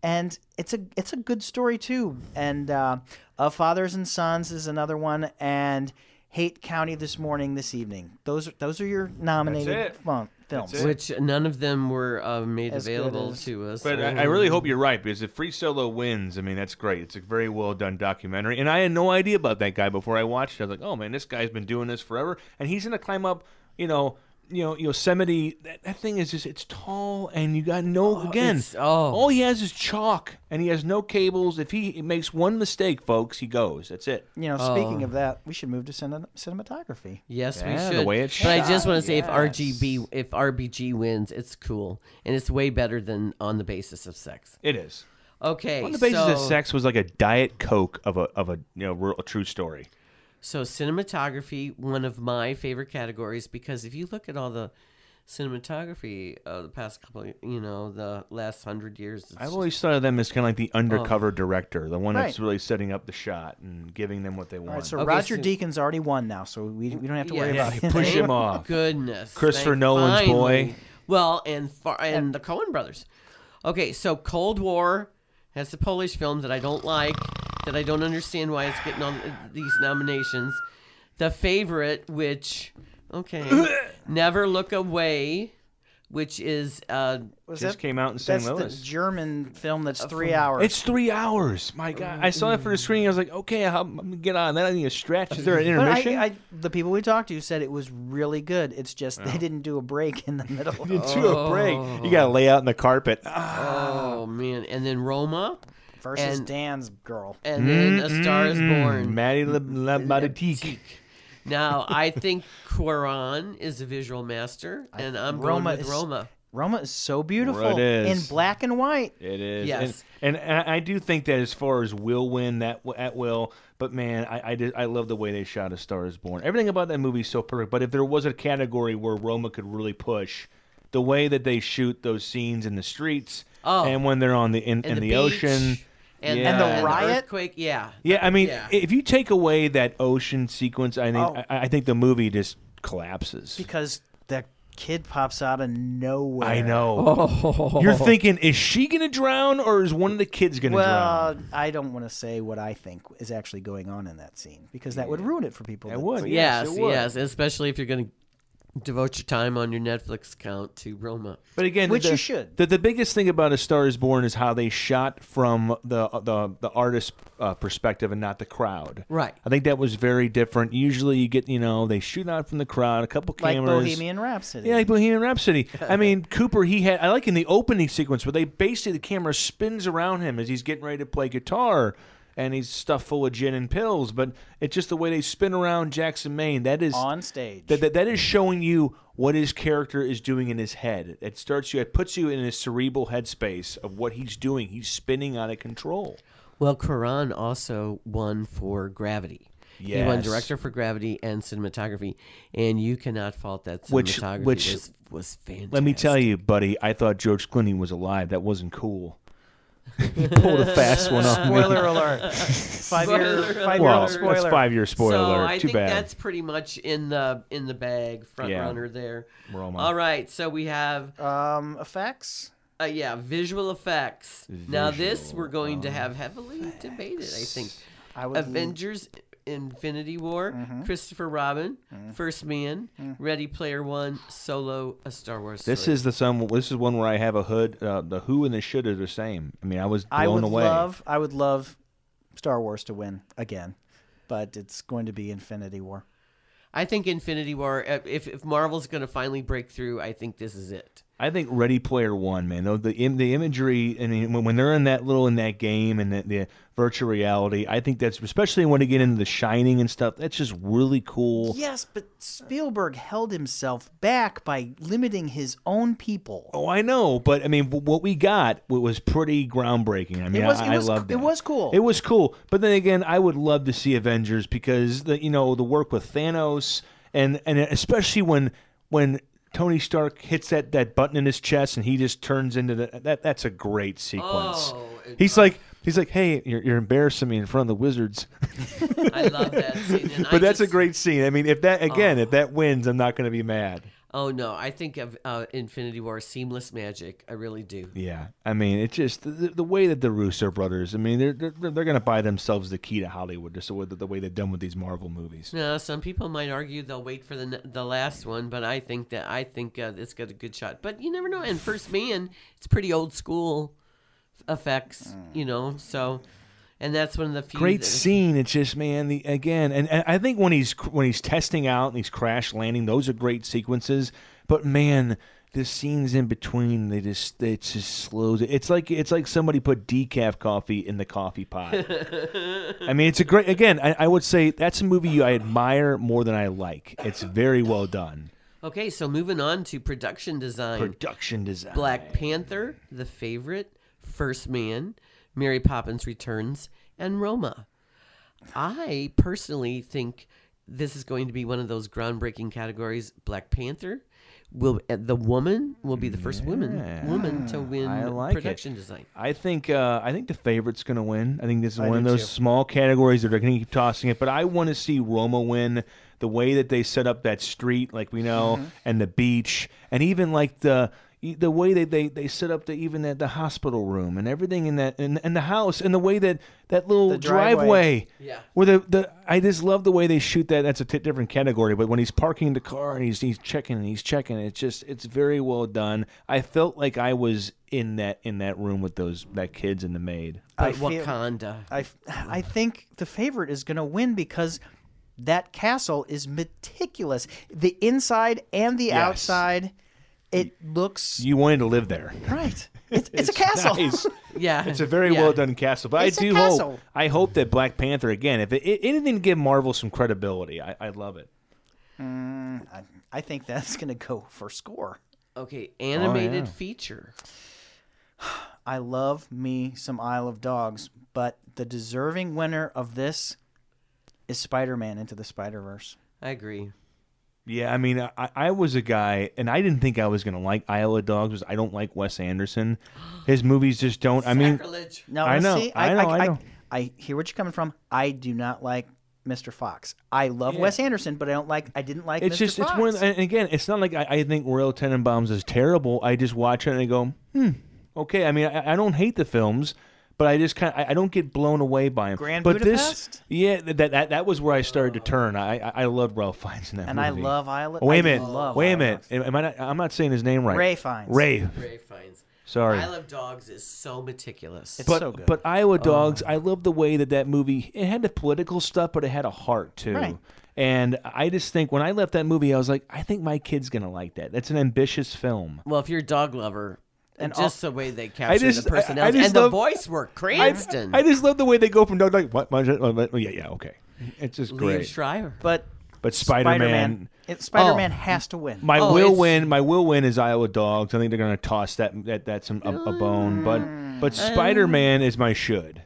and it's a it's a good story too. And uh, of Fathers and Sons is another one, and Hate County this morning, this evening. Those are those are your nominated
it.
fun, films.
Which none of them were uh, made
As good
available
as-
to us.
But
so-
I, I really hope you're right because if Free Solo wins, I mean that's great. It's a very well done documentary, and I had no idea about that guy before I watched it. I was like, oh man, this guy's been doing this forever, and he's gonna climb up, you know, you know Yosemite. That, that thing is just it's tall, and you got no again.
it's- oh.
All he has is chalk, and he has no cables. If he makes one mistake, folks, he goes. That's it.
You know, speaking of that, we should move to cine- cinematography.
Yes,
Oh. Yeah,
we
the
should.
way it's
but I just
shot,
want to say, if
yes.
RGB, if RBG wins, it's cool, and it's way better than on the basis of sex.
It is.
Okay,
On the basis
so,
of sex was like a diet coke of a of a you know real, a true story.
So cinematography, one of my favorite categories, because if you look at all the cinematography of the past couple, you know, the last hundred years, it's
I've
just-
always thought of them as kind of like the undercover director, the one that's
Oh. Right.
really setting up the shot and giving them what they
All
want.
right, so
Okay,
Roger
so-
Deakins already won now, so we, we don't have to worry
Yes.
about
Yeah,
him.
push
Thank
him off.
Goodness,
Christopher
thank-
Nolan's
finally.
boy.
Well, and far, and the Coen brothers. Okay, so Cold War has the Polish film that I don't like, that I don't understand why it's getting on these nominations. The favorite, which okay, Never Look Away, which is uh,
Was
Just
that-
came out in St.
that's
Louis.
the German film that's three hours.
it's three hours.
Oh.
My God, I saw that for the screen. I was like, okay, I'm, I'm gonna get on. That I need a stretch. Is there an
but I,
intermission?
I, the people we talked to said it was really good. It's just they didn't do a break in the middle.
do a break. You gotta lay out in the carpet. Ah,
oh, man! And then Roma,
versus
And-
Dan's girl.
and then A Star Is
Mm-hmm.
Born.
Maddie Le- Le- Madotique.
Now I think Quaron is a visual master, and I'm going
Roma
with
is-
Roma.
Roma is so beautiful
Right is.
in black and white.
It is.
Yes.
And, and I I do think that as far as will win that w- at will, but man, I I, did, I love the way they shot A Star Is Born. Everything about that movie is so perfect. But if there was a category where Roma could really push, the way that they shoot those scenes in the streets
Oh.
and when they're on the in, in
And
the,
beach,
ocean.
and,
Yeah. And the
riot?
earthquake. Yeah,
Yeah, I mean,
Yeah.
if you take away that ocean sequence, I think
Oh.
I, I think the movie just collapses.
because the kid pops out of nowhere.
I know. You're thinking, is she gonna drown or is one of the kids gonna drown?
Well, I don't want to say what I think is actually going on in that scene because that would ruin it for people.
It
that-
would.
Yes,
it
yes,
would.
especially if you're going to devote your time on your Netflix account to Roma.
But again,
Which
the,
you should.
The, the biggest thing about A Star Is Born is how they shot from the the the artist uh, perspective and not the crowd.
Right.
I think that was very different. Usually, you get you know they shoot out from the crowd, a couple
Like
cameras.
Bohemian Rhapsody.
Yeah, like Bohemian Rhapsody. I mean, Cooper, he had, I like in the opening sequence where they basically, the camera spins around him as he's getting ready to play guitar and he's stuffed full of gin and pills, but it's just the way they spin around Jackson Maine. That is,
on stage.
that, that, that is showing you what his character is doing in his head. It starts you, it puts you in his cerebral headspace of what he's doing. He's spinning out of control.
Well, Karan also won for Gravity. He won
Yes.
director for Gravity and cinematography, and you cannot fault that
Which-
cinematography.
which-
was, was fantastic.
Let me tell you, buddy, I thought George Clooney was alive. That wasn't cool. he pulled a fast one on me.
Spoiler alert. Five year
Spoiler
five year
Well,
old
alert.
spoiler.
that's five year spoiler
so
alert.
I
Too
think
bad.
that's pretty much in the in the bag front
Yeah.
runner there.
Roma.
All right, so we have
Um effects.
uh, yeah visual effects. now this we're going to have heavily debated. I think
I would
Avengers Infinity War,
Mm-hmm.
Christopher Robin, First Man, Ready Player One, Solo, a Star Wars.
Mm. This
story.
is the some. This is one where I have a hood. Uh, the who and the should are the same. I mean, I was blown
I would
away.
love I would love Star Wars to win again. But it's going to be Infinity War.
I think Infinity War. uh, If if Marvel's going to finally break through, I think this is it.
I think Ready Player One, man. Though the im- the imagery, I mean, when, when they're in that little in that game and the, the virtual reality, I think that's especially when they get into the Shining and stuff. That's just really cool.
Yes, but Spielberg held himself back by limiting his own people.
Oh, I know, but I mean, w- what we got w- was pretty groundbreaking. I mean,
was-
I,
it
I
was-
loved
it
it.
was cool.
It was cool, but then again, I would love to see Avengers because the you know the work with Thanos and and especially when when Tony Stark hits that that button in his chest and he just turns into the that that's a great sequence.
Oh, it-
he's like he's like, hey, you're, you're embarrassing me in front of the wizards,
I love that scene. and I
but that's a
just-
great scene. I mean, if that again, if that wins, I'm not going to be mad.
Oh no, I think of uh, Infinity War seamless magic. I really do.
Yeah, I mean, it's just the, the way that the Russo brothers. I mean, they're they're, they're going to buy themselves the key to Hollywood, just the way, the way they've done with these Marvel movies.
Now, Uh, some people might argue they'll wait for the ne- the last one, but I think that I think uh, it's got a good shot. But you never know. And First Man, it's pretty old school effects, you know. So, and that's one of the few
Great
that-
scene. It's just man, the again, and, and I think when he's cr- when he's testing out and he's crash landing, those are great sequences. But man, the scenes in between, they just it just slows. It. It's like it's like somebody put decaf coffee in the coffee pot. I mean, it's a great. Again, I, I would say that's a movie you I admire more than I like. It's very well done.
Okay, so moving on to production design.
Production design.
Black Panther, The Favorite, First Man, Mary Poppins Returns, and Roma. I personally think this is going to be one of those groundbreaking categories. Black Panther will uh, the woman will be the first woman woman to win
I like it.
production design.
I think uh, I think the favorite's going to win. I think this is one of
do
those
too.
small categories that are going to keep tossing it. But I want to see Roma win. The way that they set up that street, like we know,
Mm-hmm.
and the beach, and even like the the way that they, they set up the even the, the hospital room and everything in that and, and the house and the way that that little
The
driveway,
driveway.
Yeah.
where the, the I just love the way they shoot that. That's a t- different category. But when he's parking the car and he's he's checking and he's checking, it's just it's very well done. I felt like I was in that in that room with those that kids and the maid.
I
But
feel-
Wakanda.
I, I think the favorite is going to win because that castle is meticulous. The inside and the outside, it looks
You wanted to live there.
right. It's, it's, a castle.
Nice.
Yeah.
It's a very
Yeah.
well done castle, but
It's
I
a
do
castle.
hope I hope that Black Panther again, if it, anything to give Marvel some credibility, I, I love it.
I, I think that's going to go for score.
Okay, animated
Oh, yeah.
feature.
I love me some Isle of Dogs, but the deserving winner of this is Spider Man Into the Spider Verse.
I agree.
Yeah, I mean, I, I was a guy, and I didn't think I was gonna like Isle of Dogs. because I don't like Wes Anderson. His movies just don't. I mean,
Sacrilege.
No,
I know,
See,
I know, I
I,
know.
I hear what you're coming from. I do not like Mr. Fox. I love Wes Anderson, but I don't like. I didn't like.
it's
Mr.
just
Fox.
it's one. And again, it's not like I, I think Royal Tenenbaums is terrible. I just watch it and I go, hmm, okay. I mean, I, I don't hate the films, but I just kind of I, I don't get blown away by them.
Grand
but
Budapest?
this, yeah, th- that, that that was where I started to turn. I I, I love Ralph Fiennes in that
and
movie.
I love Isle.
Oh, wait
I
a minute.
Love
wait
Isle
a
of
minute.
Dogs.
Am I not, I'm not saying his name right.
Ray Fiennes.
Ray.
Ray finds.
Sorry.
I love dogs is so meticulous.
It's
But
so good. Oh.
but Iowa Dogs, I love the way that that movie it had the political stuff, but it had a heart too.
Right.
And I just think when I left that movie, I was like, I think my kid's gonna like that. That's an ambitious film.
well, if you're a dog lover, and
And
just the way they capture
just-
the
I- I
personality
just
and the
love-
voice work,
I,
Cranston,
I just love the way they go from dog like what? my- my- my- Yeah, yeah, okay. It's just
Liev
great.
Schreier.
but
but Spider Man.
Spider Man has to win.
My
Oh,
will
it's-
win. My will win is Iowa Dogs. I think they're gonna toss that that that's some, a, a bone. But but
Mm.
Spider Man is my should.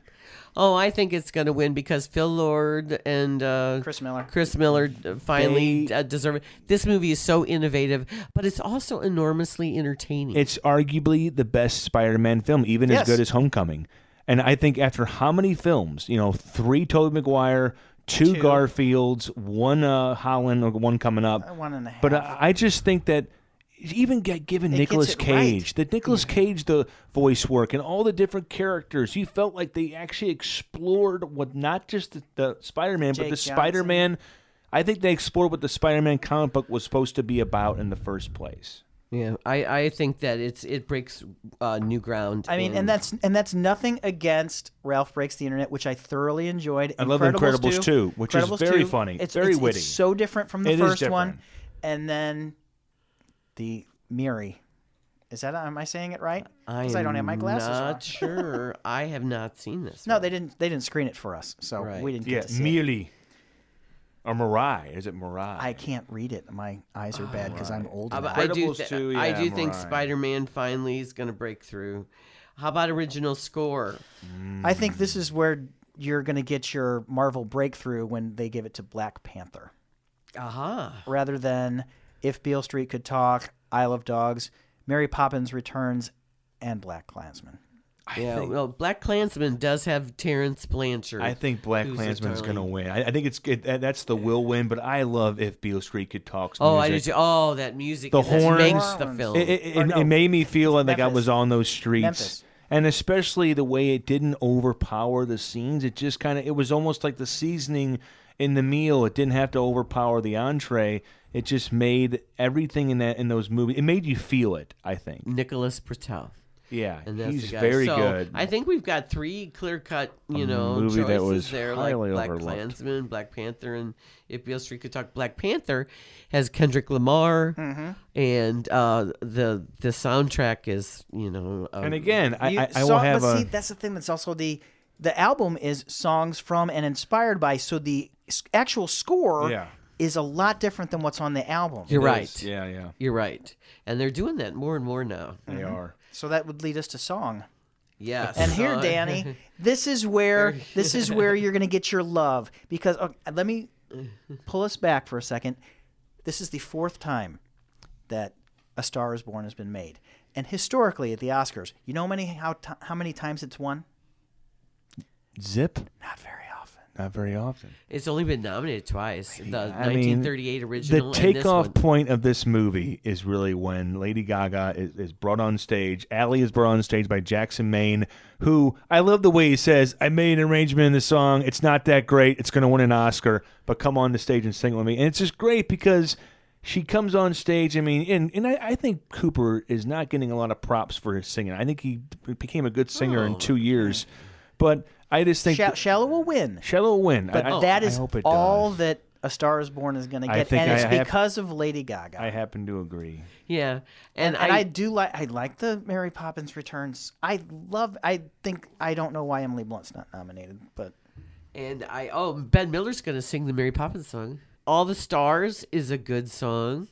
Oh, I think it's going to win because Phil Lord and uh,
Chris Miller.
Chris Miller uh, finally
They-
uh, deserve it. This movie is so innovative, but it's also enormously entertaining.
It's arguably the best Spider-Man film, even
Yes.
as good as Homecoming. And I think after how many films, you know, three Tobey Maguire, two, Garfields, one uh, Holland, or one coming up.
One and a half.
But uh, I, I just think that even get given
gets
Nicolas
it right. Mm-hmm.
Cage, the Nicolas Cage, the voice work, and all the different characters, you felt like they actually explored what not just the, the Spider-Man,
Jake
but the
Johnson.
Spider-Man. I think they explored what the Spider-Man comic book was supposed to be about in the first place.
yeah, I, I think that it's it breaks uh, new ground.
I mean,
in-
and that's and that's nothing against Ralph Breaks the Internet, which I thoroughly enjoyed. I
love Incredibles 2, which is very funny,
It's
very
it's- it's
witty.
so different from the
It is
first one,
different.
and then the Miri. Is that am I saying it right?
I,
Because I, don't have my glasses
Not
on.
sure. I have not seen this.
No, they didn't. They didn't screen it for us, so
Right.
we didn't get
Yeah,
to see it.
merely. Or Mirai. Is it Mirai?
I can't read it. My eyes are
Oh,
bad because I'm old.
Uh,
now.
but I do.
Incredibles
th-
two,
I
yeah,
do think
Mariah.
Spider-Man finally is going to break through. How about original score?
I think this is where you're going to get your Marvel breakthrough when they give it to Black Panther.
Aha.
rather than If Beale Street Could Talk, Isle of Dogs, Mary Poppins Returns, and Black Klansman.
yeah. Well, Black Klansman does have Terrence Blanchard.
I think Black
Who's
Klansman's
the darling?
going to win. I, I think it's good. That, that's the will win, but I love if Beale Street could talk.
Oh, I just oh that music
The
it just
horns.
makes the
Horns.
film.
It, it,
Or
it,
no,
it made me feel like I
Memphis.
was on those streets.
Memphis.
And especially the way it didn't overpower the scenes. It just kind of, it was almost like the seasoning in the meal. It didn't have to overpower the entree. It just made everything in that in those movies. It made you feel it. I think.
Nicholas Patel.
Yeah,
Mm. And that's
he's
the guy.
very
So,
good.
I think we've got three clear cut, you know,
movie
choices
that was
there, like
highly
Black
overlooked.
Klansman, Black Panther, and If Beale Street Could Talk. Black Panther has Kendrick Lamar, and uh, the the soundtrack is, you know, um,
and again, I,
You-
I, I will
song-
have
but
a.
see, that's the thing that's also the the album is songs from and inspired by, so the s- actual score
Yeah.
is a lot different than what's on the album.
You're right.
Yeah, yeah.
You're right, and they're doing that more and more now.
They are.
So that would lead us to song.
Yes.
And here,
Uh,
Danny, this is where this is where you're going to get your love because okay, let me pull us back for a second. This is the fourth time that A Star Is Born has been made, and historically at the Oscars, you know how many how t- how many times it's won?
Zip?
Not very often.
Not very often.
It's only been nominated twice. The
I mean,
1938 original.
The
and this
takeoff
one.
point of this movie is really when Lady Gaga is, is brought on stage. Allie is brought on stage by Jackson Maine, who I love the way he says, I made an arrangement in the song. It's not that great. It's going to win an Oscar, but come on the stage and sing with me. And it's just great because she comes on stage. I mean, and, and I, I think Cooper is not getting a lot of props for his singing. I think he became a good singer in two years, but I just think
Shall, Shallow will win,
Shallow will win.
but
I, I-
that
Oh, I
is
hope it
all
does.
that A Star Is Born is going to
I
get,
think
and
I
it's
have-
because of Lady Gaga.
I happen to agree.
Yeah, and,
and I,
I,
do like I like the Mary Poppins Returns. I love. I think I don't know why Emily Blunt's not nominated, but
and I oh Ben Miller's gonna sing the Mary Poppins song. All the Stars is a good song.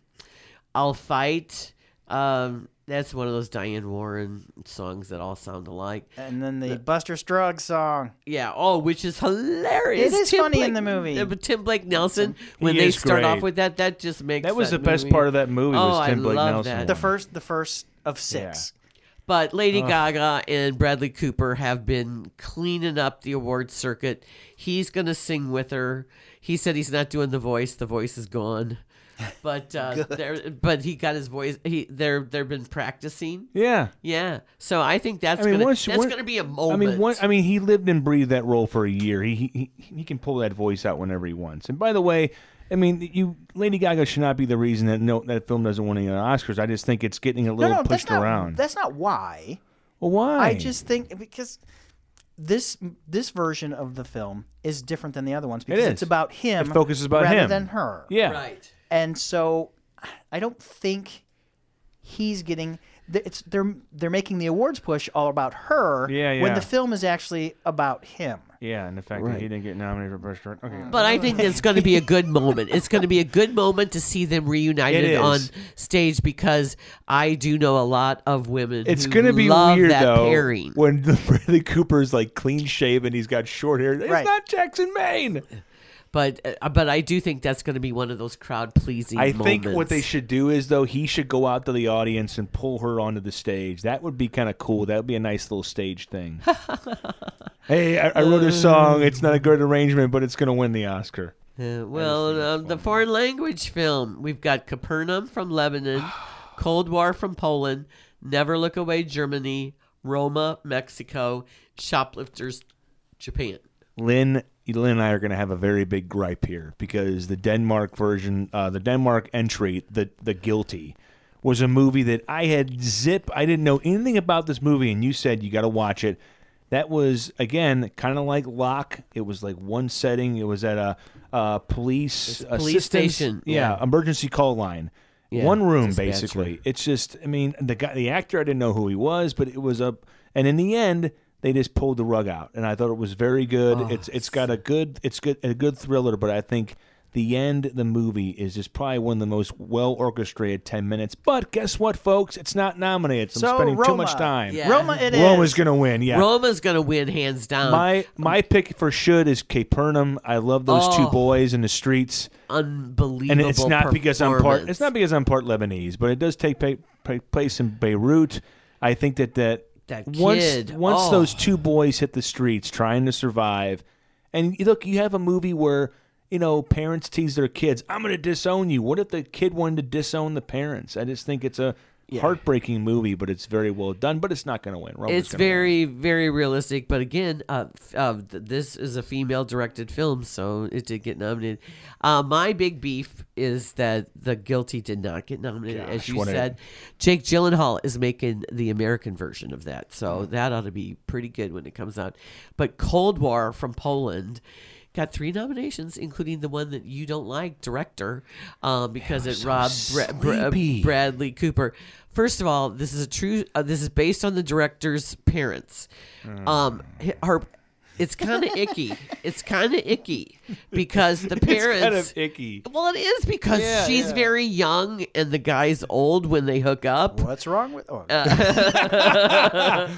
I'll fight. Um, that's one of those Diane Warren songs that all sound alike.
and then the, Buster Strug song.
Yeah. Oh, which is hilarious.
It is funny in the movie.
uh, Tim Blake Nelson when
He
they
is
start off
great.
with that, that just makes
That was the best
movie-
part of that movie
Oh,
was Tim
I
Blake
love
Nelson.
that.
The first, the first of six.
But Lady Gaga and Bradley Cooper have been cleaning up the award circuit. He's going to sing with her. He said he's not doing the voice. The voice is gone. But uh, there, but he got his voice. He they're they've been practicing.
Yeah.
Yeah, so I think that's
I mean,
gonna
once-
that's
once-
gonna be a
I
moment.
mean, one, I mean, he lived and breathed that role for a year. He, he he- he can pull that voice out whenever he wants. And by the way, I mean, you Lady Gaga should not be the reason that no that film doesn't win any Oscars. I just think it's getting a
No,
little
no,
pushed
that's not.
around.
That's not why.
well, why?
I just think because this this version of the film is different than the other ones because
is.
it's about him.
It focuses about
rather
him.
than her.
yeah.
right.
and so I don't think he's getting. th- It's they're they're making the awards push all about her. When
Yeah, yeah.
the film is actually about him.
Yeah, and the fact that he didn't get nominated for Best Director. Okay.
But I think it's going to be a good moment. It's going to be a good moment to see them reunited
It
on
is.
stage because I do know a lot of women.
It's
who
gonna be
love
weird
that
though
pairing.
when the Bradley Cooper's like clean shaven, he's got short hair. It's
Right.
not Jackson Maine.
But uh, but I do think that's going to be one of those crowd pleasing.
I think what they
moments.
should do is though he should go out to the audience and pull her onto the stage. That would be kind of cool. That would be a nice little stage thing. hey, I, I wrote a song. It's not a good arrangement, but it's going to win the Oscar.
Uh, well, um, the foreign language film we've got Capernaum from Lebanon, Cold War from Poland, Never Look Away Germany, Roma Mexico, Shoplifters Japan.
Lynn, Lynn and I are going to have a very big gripe here because the Denmark version, uh, the Denmark entry, the the guilty, was a movie that I had zip. I didn't know anything about this movie, and you said you got to watch it. That was again kind of like Lock. It was like one setting. It was at a, uh police
police
assistance-
station,
Yeah, emergency call line. one room
dispatcher.
basically. It's just, I mean, the guy, the actor, I didn't know who he was, but it was a. And in the end, they just pulled the rug out, and I thought it was very good. it's it's got a good it's good a good thriller, but I think the end the movie is just probably one of the most well orchestrated ten minutes. But guess what, folks? It's not nominated. So,
So,
I'm spending too
Roma.
much time.
Yeah.
Roma, it is.
Roma's gonna win. Yeah.
Roma's going to win hands down.
my my pick for should is Capernaum. I love those two
Oh.
boys in the streets
unbelievable.
and it's not because I'm part.
performance.
It's not because I'm part Lebanese, but it does take pa- pa- place in Beirut. I think that that,
That
once
kid,
once
oh.
those two boys hit the streets trying to survive, and you- look, you have a movie where you know parents tease their kids. I'm going to disown you. What if the kid wanted to disown the parents? I just think it's a heartbreaking movie, but it's very well done. But it's not going to win. Roma's
It's
gonna win.
very, very realistic. But again, uh, f- uh, th- this is a female directed film, so it did get nominated. Uh, my big beef is that The Guilty did not get nominated, as
Gosh,
you
what a-
said. Jake Gyllenhaal is making the American version of that, so
Hmm.
that ought to be pretty good when it comes out. But Cold War from Poland. Got three nominations, including the one that you don't like, director, um, because it, robbed Bra- Bra-
sleepy.
Bradley Cooper. First of all, this is a true. Uh, this is based on the director's parents. Um, hi- her, it's kind of icky. It's kind of icky because the parents.
kind of icky.
Well, it is because she's very young and the guy's old when they hook up Uh,
What's wrong with? Oh,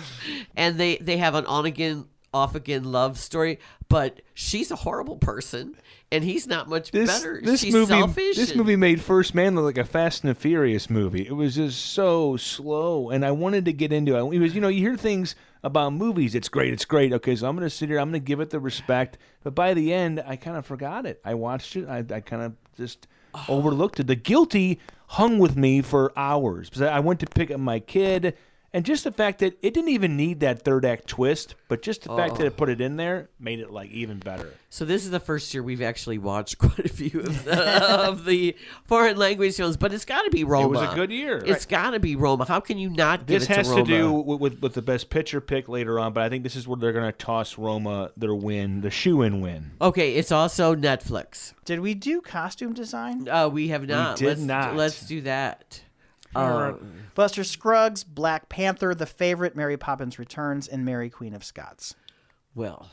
and they they have an on again off again love story but she's a horrible person and he's not much better she's
movie,
selfish
This
and-
movie made First Man look like a Fast and the Furious movie. It was just so slow, and I wanted to get into it. It was, you know, you hear things about movies. It's great, it's great. Okay, so I'm going to sit here. I'm going to give it the respect. But by the end, I kind of forgot it. I watched it. I, I kind of just
Oh.
overlooked it. The Guilty hung with me for hours because I I went to pick up my kid. And just the fact that it didn't even need that third act twist, but just the fact that it put it in there made it like even better.
So this is the first year we've actually watched quite a few of the, of the foreign language films, but it's got to be Roma.
good year.
It's got to be Roma. How can you not give
This
it
has to
Roma?
do with, with with the best pitcher pick later on, but I think this is where they're going to toss Roma their win, the shoe in win.
Okay, it's also Netflix.
Did we do costume design?
Uh, we have not.
did
let's,
not.
Let's do that. Um,
Buster Scruggs, Black Panther, The Favorite, Mary Poppins Returns, and Mary Queen of Scots.
well,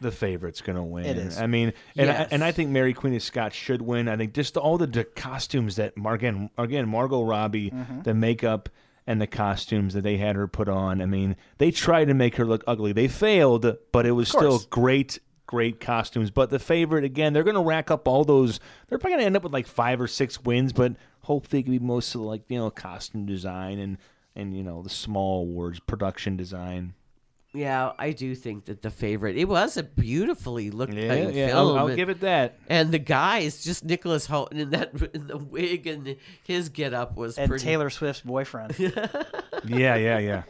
The favorite's going to win.
It is.
I mean, and
Yes.
I, and I think Mary Queen of Scots should win. I think just all the, d costumes that Margan again Margot Robbie,
Mm-hmm.
the makeup and the costumes that they had her put on. I mean, they tried to make her look ugly. They failed, but it was still
course.
great great costumes. But the favorite again, they're going to rack up all those. They're probably going to end up with like 5 or 6 wins, but hopefully it can be most of like, you know, costume design and and you know, the small awards, production design.
yeah, I do think that the favorite. It was a beautifully looking
I'll,
film.
I'll give it that.
And the guy is just Nicholas Houghton in that in the wig and his getup was
And
pretty.
Taylor Swift's boyfriend.
Yeah, yeah, yeah.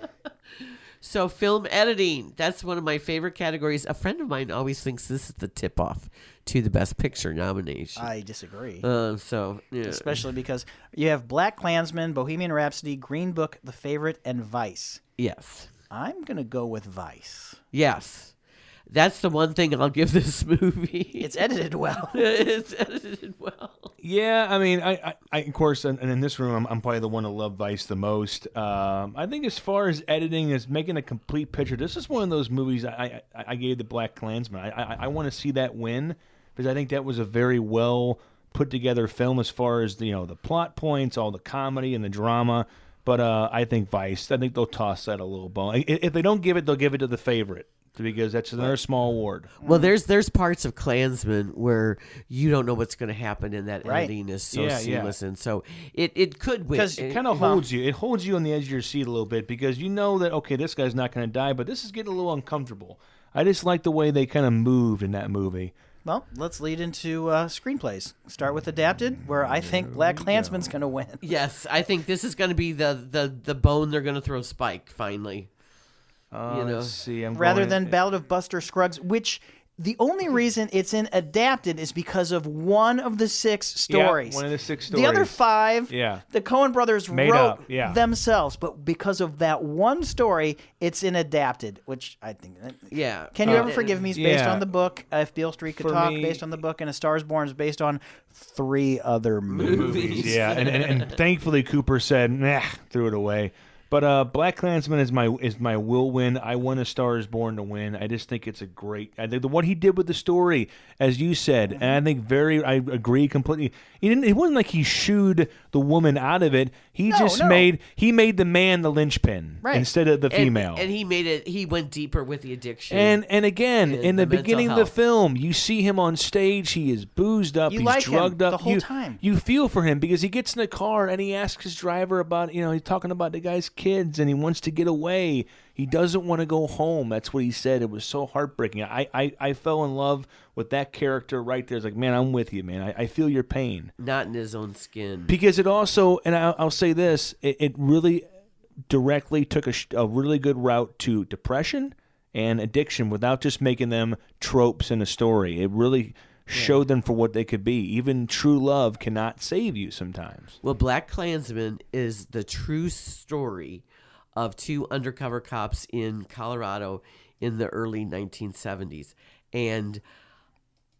So film editing, that's one of my favorite categories. A friend of mine always thinks this is the tip off to the best picture nomination.
I disagree.
Uh, so yeah.
Especially because you have Black Klansman, Bohemian Rhapsody, Green Book, The Favorite, and Vice.
yes,
I'm going to go with Vice.
yes, that's the one thing I'll give this movie.
It's edited well.
it's edited well.
Yeah, I mean, I, I, I of course, and, and in this room, I'm, I'm probably the one to love Vice the most. Um, I think as far as editing is making a complete picture, this is one of those movies I, I, I gave the Black Klansman. I, I, I want to see that win because I think that was a very well put together film as far as you know the plot points, all the comedy and the drama. But uh, I think Vice. I think they'll toss that a little bone. I- If they don't give it, they'll give it to the favorite because that's another small award.
Well, there's there's parts of Klansman where you don't know what's going to happen, and that
Right.
editing is so
Yeah, yeah.
seamless, and so it it could win.
'Cause
It-
kind of holds you. It holds you on the edge of your seat a little bit because you know that okay, this guy's not going to die, but this is getting a little uncomfortable. I just like the way they kind of moved in that movie.
Well, let's lead into uh, screenplays. Start with adapted, where I think Black Klansman's going to win.
Yes, I think this is going to be the the the bone they're going to throw Spike finally.
Uh,
You know.
let's see, I'm
Rather
going-
than Ballad of Buster Scruggs, which the only reason it's in adapted is because of one of the six
Yeah,
stories.
one of the six
The other
stories.
five,
Yeah.
the Coen brothers
Made
wrote
up, yeah.
themselves, but because of that one story, it's in adapted, which I think.
Yeah.
Can you
Uh,
ever forgive me? Is based
yeah.
on the book. Uh, If Beale Street could
For
talk,
me-
based on the book, and A Star Is Born is based on three other movies.
movies?
yeah, and, and, and thankfully Cooper said, "Nah," threw it away. But uh, Black Klansman is my is my will win. I want a Star Is Born to win. I just think it's a great. I think the what he did with the story, as you said, and I think very. I agree completely. He didn't. It wasn't like he shooed the woman out of it. He just
no.
made he made the man the linchpin
Right.
instead of the
And-
female.
and, he made it. He went deeper with the addiction.
And and again,
And
in the,
the mental
beginning of the
health.
film, you see him on stage. He is boozed up.
You
he's
like him
drugged up
the whole
you,
time.
You feel for him because he gets in the car and he asks his driver about you know he's talking about the guy's kids and he wants to get away. He doesn't want to go home. That's what he said. It was so heartbreaking. I I, I fell in love with that character right there. It's like man, I'm with you, man. I, I feel your pain
not in his own skin.
because it also and I'll, I'll say this it, it really directly took a, sh- a really good route to depression and addiction without just making them tropes in a story it really showed them for what they could be even true love cannot save you sometimes
Well, Black Klansman is the true story of two undercover cops in Colorado in the early 1970s. And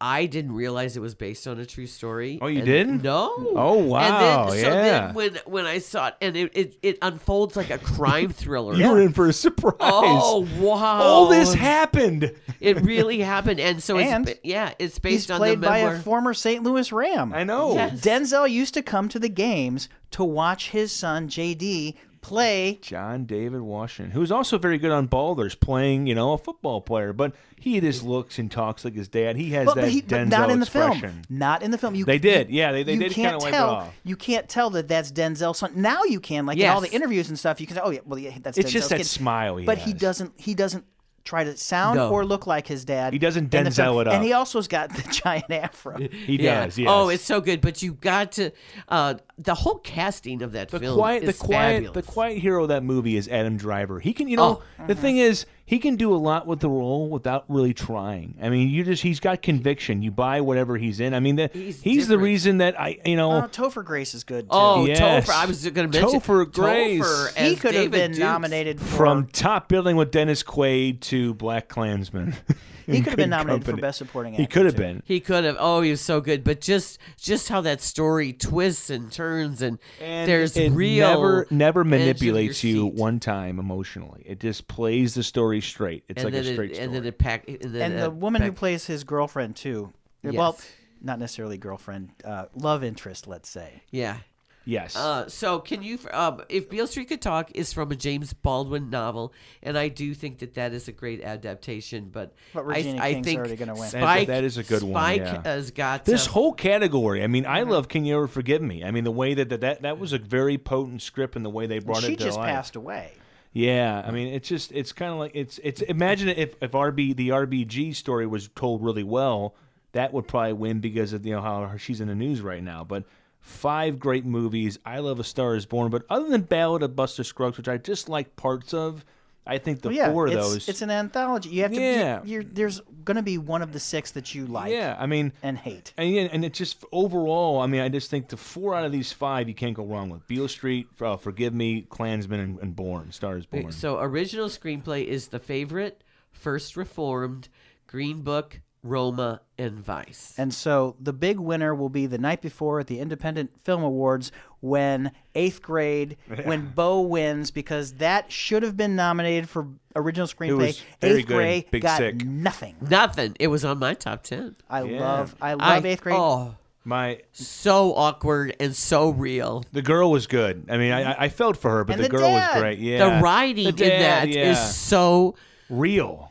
I didn't realize it was based on a true story.
Oh, you
And-
didn't?
No.
Oh, wow,
And then, so
yeah.
then when, when I saw it, and it, it, it unfolds like a crime thriller.
you were in for a surprise
Oh, wow.
all this happened
It really happened. And so
And
it's, ba- yeah, it's
He's
based on
played
the
by
memoir.
a former St. Louis Ram.
i know
Yes.
Denzel used to come to the games to watch his son JD play.
John David Washington, who's also very good on ballers, playing you know a football player, but he just looks and talks like his dad. He has
But,
that
but he, but
Denzel
not in the
expression.
film. Not in the film. You,
They did.
you-
Yeah, they- they
you
did
can't
kinda wipe it
tell,
off.
You can't tell that that's Denzel's son. Now you can, like in all
Yes.
the interviews and stuff, you can say, "Oh yeah, well yeah, that's."
It's
Denzel's
just that
kid.
smile he
But he
has.
doesn't. He doesn't try to sound
No.
or look like his dad.
He doesn't
in the film.
Denzel it up.
And he also's got the giant afro.
He does. Yes.
Oh, it's so good. But you got to uh, the whole casting of that
the
film.
quiet, the
is
quiet,
fabulous. Oh, mm-hmm.
the quiet hero of that movie is Adam Driver. He can, you know, the thing is, he can do a lot with the role without really trying. I mean, you just he's got conviction. You buy whatever he's in. I mean, the, he's,
He's
the
different.
reason that I, you know,
Oh, Topher Grace is good too.
Oh,
Yes.
Topher! I was going to mention
Topher Grace.
Topher
he
as
could have
David
been
Dukes.
nominated for,
from Top Building with Dennis Quaid to Black Klansman.
He could have been nominated for Best Supporting Actor.
He could have
too.
been.
He could have. Oh, he was so good. But just just how that story twists and turns, and,
And
there's
it
real
never never
edge of your
manipulates you
seat.
one time emotionally. It just plays the story straight. It's
and
like a
then it,
straight story.
and then it pack. And, then
And
it
the woman who
pack-
plays his girlfriend too. Well,
Yes.
not necessarily girlfriend, uh, love interest, let's say.
yeah.
yes.
Uh, so can you? Um, if Beale Street Could Talk is from a James Baldwin novel, and I do think that that is a great adaptation. But, I,
But Regina
I
King's
think
already gonna win. That-
Spike,
that is a good one,
Spike
yeah.
has got
this
to-
whole category. I mean, I
Mm-hmm.
love Can You Ever Forgive Me? I mean, the way that that, that, that was a very potent script and the way they brought
She
it to
just
life.
passed away.
Yeah, I mean, it's just it's kind of like it's it's imagine if if RB the RBG story was told really well, that would probably win because of you know how she's in the news right now. But five great movies. I love A Star Is Born, but other than Ballad of Buster Scruggs, which I just like parts of, I think the
But yeah,
four of
it's,
those.
it's an anthology. You have to.
Yeah.
Yeah. You, are there's gonna be one of the six that you like
yeah, I mean,
and hate.
And, yeah, and it's just overall, I mean, I just think the four out of these five you can't go wrong with. Beale Street, uh, Forgive Me, Klansman, and, and Born. Star is Born.
So original screenplay is The Favorite, First Reformed, Green Book, Roma, and Vice.
And so the big winner will be the night before at the Independent Film Awards when eighth grade, when Bo wins, because that should have been nominated for original screenplay.
was very
Eighth
good,
grade
Big
got
Sick.
nothing.
Nothing. It was on my top ten.
I
Yeah.
love, I love eighth grade.
Oh,
My
so awkward and so real.
the girl was good. I mean, I, I- I felt for her, but
And
the,
the
girl was
dad.
great. Yeah,
The writing
The
in
dad,
that is
yeah.
so
real.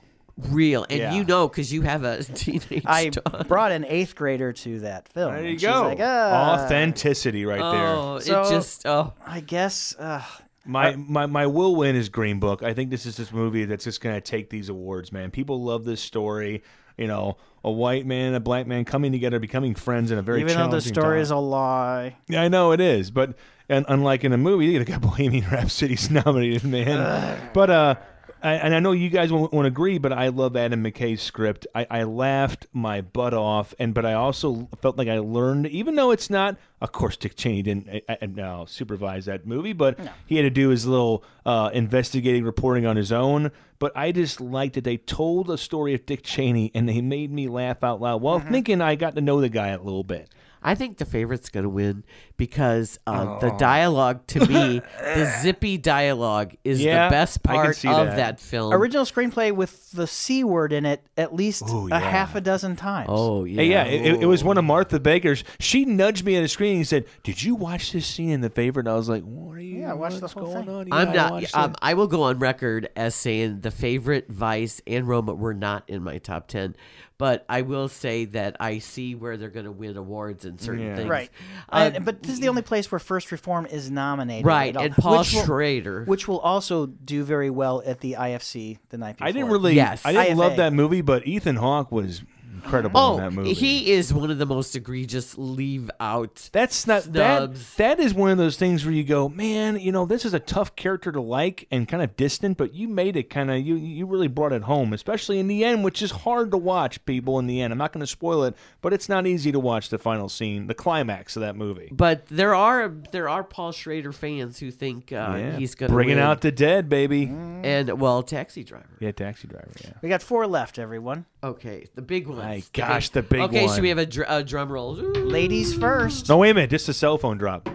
real, and
Yeah.
you know because you have a teenage
I
daughter.
brought an eighth grader to that film.
There
and
you
she's
go.
like, "Ah,
Authenticity right there.
Oh,
So-
it just oh.
I guess. Uh,
My, my my will win is Green Book. I think this is this movie that's just gonna take these awards, man. People love this story. You know, a white man, and a black man coming together, becoming friends in a very
even though the
challenging
story
time.
is a lie,
Yeah, I know it is, but and unlike in a movie, you got Bohemian Rhapsody's nominated, man. but uh, I, and I know you guys won't, won't agree, but I love Adam McKay's script. I, I laughed my butt off, and but I also felt like I learned, even though it's not. Of course, Dick Cheney didn't uh, uh, supervise that movie, but he had to do his little uh, investigating reporting on his own. But I just liked that they told a story of Dick Cheney, and they made me laugh out loud while thinking I got to know the guy a little bit.
I think the favorite's going to win because um, the dialogue to me, the zippy dialogue, is
Yeah,
the best
I can
part of
see that.
that, film.
original screenplay with the c word in it at least
yeah.
a half a dozen times.
oh yeah,
Yeah, yeah it, it was one of Martha Baker's. She nudged me at a screen and said, "Did you watch this scene in The Favorite?" And I was like, "What are you?
Yeah, I watched the
what's
whole
going
thing.
on?
I'm
Yeah, I watched
not.
it."
Um, I will go on record as saying the favorite Vice and Roma were not in my top ten, but I will say that I see where they're going to win awards and certain
Yeah.
things.
Right.
Um,
and, but this is the only place where First Reform is nominated.
right.
at all,
And Paul
which will-
Schrader.
which will also do very well at the IFC the night before.
I didn't really.
Yes.
I didn't love
IFA.
that movie, but Ethan Hawke was incredible in
oh,
that movie.
he is one of the most egregious leave out.
That's not
Snubs.
that. That is one of those things where you go, man. You know, this is a tough character to like and kind of distant, but you made it kind of you. You really brought it home, especially in the end, which is hard to watch. People in the end, I'm not going to spoil it, but it's not easy to watch the final scene, the climax of that movie.
But there are there are Paul Schrader fans who think uh,
Yeah. Mm.
he's going to
bringing out the dead, baby.
and well, Taxi Driver.
Yeah, taxi driver. Yeah.
We got four left, everyone.
Okay, the big one.
My gosh, the big
okay,
one.
so we have a, dr- a drum roll. Ooh.
Ladies first.
No, wait a minute. Just a cell phone drop.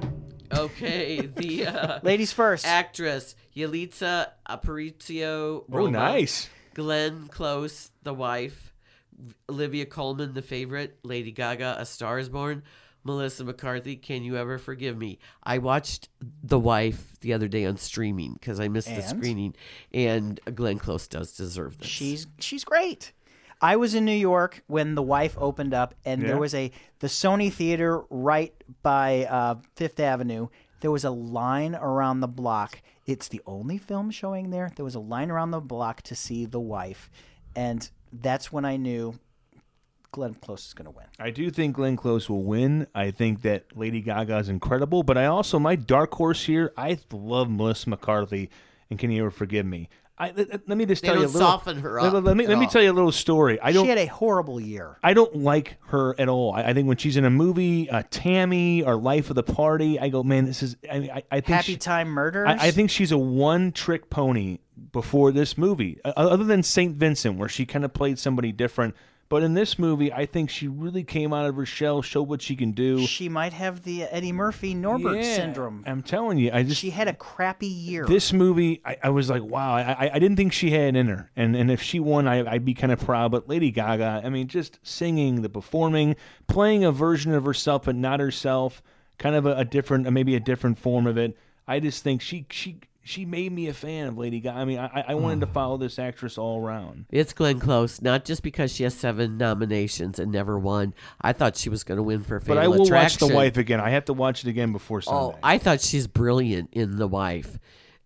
Okay, the uh,
Ladies first.
actress Yalitza Aparicio.
Oh,
Roma,
nice.
Glenn Close, the wife. Olivia Colman, the favorite. Lady Gaga, A Star Is Born. Melissa McCarthy, Can You Ever Forgive Me? I watched The Wife the other day on streaming because I missed the
And?
screening, and Glenn Close does deserve this.
She's she's great. I was in New York when The Wife opened up, and
Yeah.
there was a the Sony Theater right by uh, Fifth Avenue There was a line around the block. It's the only film showing there. There was a line around the block to see The Wife, and that's when I knew Glenn Close is going to win.
I do think Glenn Close will win. I think that Lady Gaga is incredible, but I also my dark horse here. I love Melissa McCarthy, and can you ever forgive me? I let, let- let me just
They
tell you a
don't
little.
soften her
let-
up
Let, let me
at
let me
all.
tell you a little story. I don't
She had a horrible year.
I don't like her at all. I, I think when she's in a movie, uh, Tammy or Life of the Party, I go, man, this is. I mean, I, I think
Happy
she-
Time Murders.
I, I think she's a one-trick pony before this movie, O- other than Saint Vincent, where she kind of played somebody different. But in this movie, I think she really came out of her shell, showed what she can do.
she might have the Eddie Murphy Norbert
Yeah,
syndrome.
I'm telling you, I just
She had a crappy year.
this movie. I, I was like, wow, I, I, I didn't think she had it in her, and and if she won, I, I'd be kind of proud. But Lady Gaga, I mean, just singing, the performing, playing a version of herself but not herself, kind of a, a different, maybe a different form of it. I just think she she she made me a fan of Lady Gaga. I mean, I, I wanted to
Hmm.
follow this actress all around.
It's Glenn Close, not just because she has seven nominations and never won. I thought she was going to win for Fatal
But I will watch
Attraction.
The Wife again. I have to watch it again before Sunday.
Oh, I thought she's brilliant in The Wife.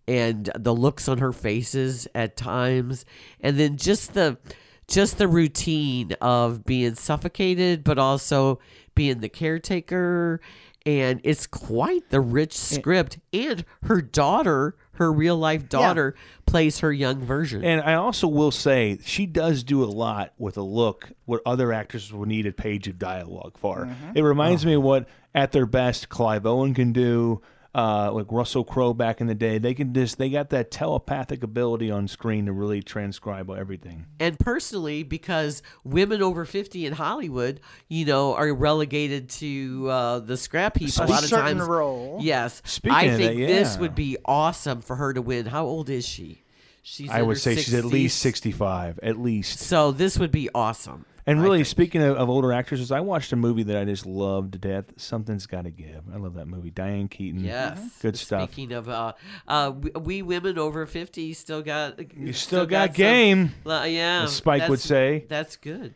And the looks on her faces at times and then just the just the routine of being suffocated but also being the caretaker and it's quite the rich script and her daughter her real life daughter plays her young version
And I also will say she does do a lot with a look what other actresses will need a page of dialogue for.
Mm-hmm.
It reminds
Oh.
me of what at their best Clive Owen can do, uh, like Russell Crowe back in the day. They can just they got that telepathic ability on screen to really transcribe everything.
and personally because women over 50 in hollywood you know are relegated to uh, the scrap heap a, lot of
certain
times
role.
yes
Speaking
i
of
think
that,
this
yeah.
would be awesome for her to win how old is she she's
I
in
would
her
say she's at least
60s.
sixty five, at least.
so this would be awesome
And really, speaking of, of older actresses, I watched a movie that I just loved to death. Something's Got to Give. I love that movie. Diane Keaton.
yes
Mm-hmm.
Good stuff.
speaking of uh, uh we, we women over 50 still got you
still got game,
yeah
as Spike
that's-
would say.
that's good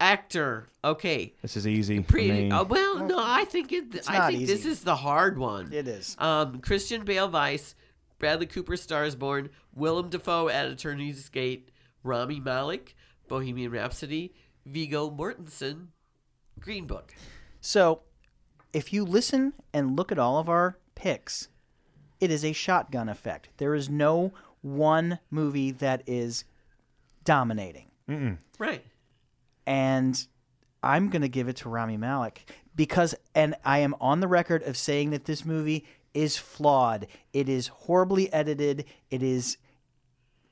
actor okay
This is easy. for
pretty
me.
uh, well no i think it i
not
think this
easy.
is the hard one
It is.
um christian bale vice bradley cooper stars born willem dafoe at attorney's gate rami malik bohemian rhapsody vigo mortensen green book
So, if you listen and look at all of our picks, it is a shotgun effect. There is no one movie that is dominating.
right
And I'm going to give it to Rami Malik because, and I am on the record of saying that this movie is flawed. It is horribly edited. It is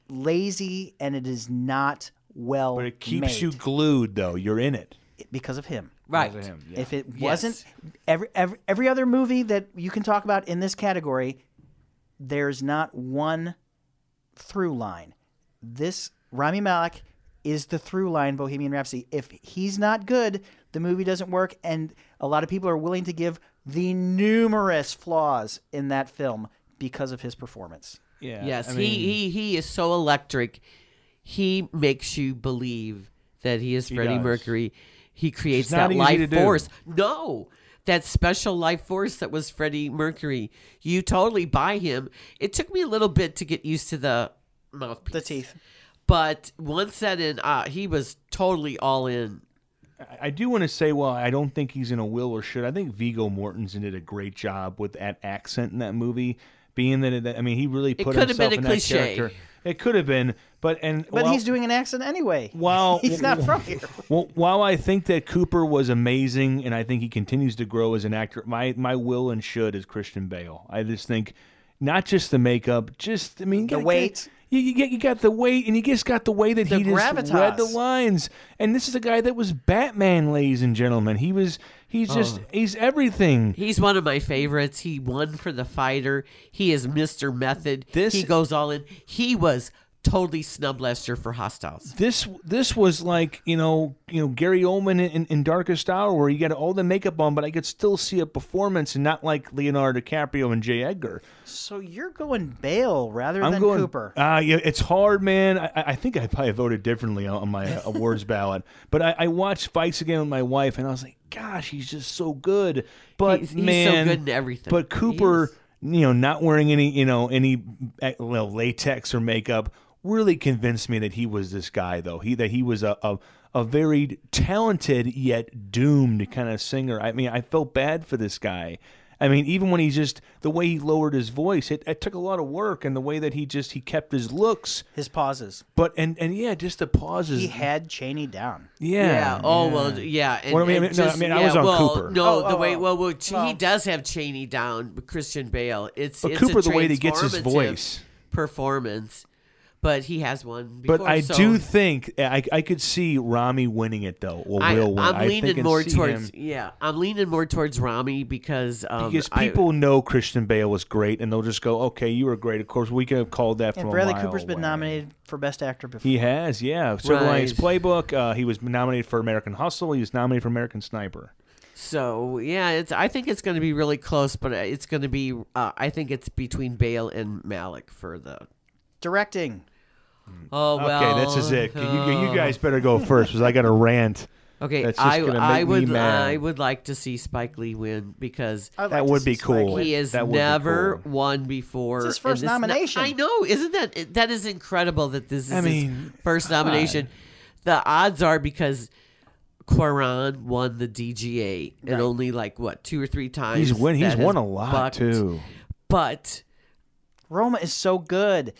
lazy and it is not well
But it keeps
made
you glued, though. You're in it.
because of him.
right
If it wasn't every, every every other movie that you can talk about in this category, there's not one through line. This Rami Malek is the through line Bohemian Rhapsody. If he's not good, the movie doesn't work, and a lot of people are willing to give the numerous flaws in that film because of his performance.
Yeah.
yes he, he he is so electric he makes you believe that he is freddie
does.
mercury he creates that
not easy to
life
do.
force no that special life force that was freddie mercury you totally buy him it took me a little bit to get used to the mouthpiece
The teeth.
but once that in uh, he was totally all in
I- I do want to say, well, I don't think he's in a will or should. I think Vigo Mortensen did a great job with that accent in that movie, being that, it, I mean, he really
could
put
have
himself
been a
in
cliche.
that character. It could have been, but and
But
while,
he's doing an accent anyway.
while
he's not from here.
Well, while I think that Cooper was amazing, and I think he continues to grow as an actor, my my will and should is Christian Bale. I just think not just the makeup, just I mean you
The
gotta-
weight.
You, you, get- you got the weight, and you just got the way that
The
he just read
gravitas.
the lines. And this is a guy that was Batman, ladies and gentlemen. He was he's just he's everything.
He's one of my favorites. He won for the fighter. He is Mr. Method.
This-
he goes all in. He was totally snub lester for hostiles.
this this was like you know you know Gary Oldman in, in Darkest Hour where you got all the makeup on, but I could still see a performance, and not like Leonardo DiCaprio and Jay Edgar.
So you're going Bale rather than Cooper.
Uh, yeah, it's hard, man. I, I- I think I probably voted differently on on my uh, awards ballot, but I, I watched fights again with my wife, and I was like, "Gosh, he's just so good." But
He's- he's so
man,
good in everything.
But
He
Cooper
is.
you know, not wearing any, you know, any eh, well, latex or makeup really convinced me that he was this guy though. He that he was a a, a very talented yet doomed kind of singer. I mean, I felt bad for this guy. I mean, even when he just the way he lowered his voice, it, it took a lot of work, and the way that he just he kept his looks,
His pauses.
but and and yeah, just the pauses.
He had Cheney down.
yeah,
Oh well. Yeah. And,
Well, I mean-
and
I mean, no, I mean, I was on
well,
Cooper.
No, the way. Well, well, Ch- he does have Cheney down. But Christian Bale. It's
But
it's
Cooper,
a
the way that he gets his
transformative
voice.
performance, but he has one. Before,
But I
so
do think eh, I, I could see Rami winning it though, or
I,
Will win. I
I'm
think
leaning
and
more
see
towards
him-
yeah. I'm leaning more towards Rami because um,
because
I-
people know Christian Bale was great, and they'll just go, "Okay, you were great." Of course, we could have called that.
And
from
Bradley
a mile
Cooper's been
away.
nominated for Best Actor before.
He has, yeah. Silver Linings
Right.
Playbook. Uh, he was nominated for American Hustle. He was nominated for American Sniper.
So yeah, it's. I think it's going to be really close, but it's going to be. Uh, I think it's between Bale and Malik for the.
Directing.
Oh well. uh,
okay, this is it. You, you guys better go first because I got a rant.
Okay,
That's just
I
gonna make
I
me
would
mad.
I would like to see Spike Lee win because
I'd
That
to
would
see
be
Spike
cool.
Lee.
he has
That would be
never
cool.
won before.
It's his
and
first
this is not-
nomination.
I know, isn't that that is incredible that this is
I
his
mean,
first nomination. The odds are because Quaran won the DGA and only like what two or three times.
He's win. He's
that has
won a lot
bucked.
too.
But
Roma is so good,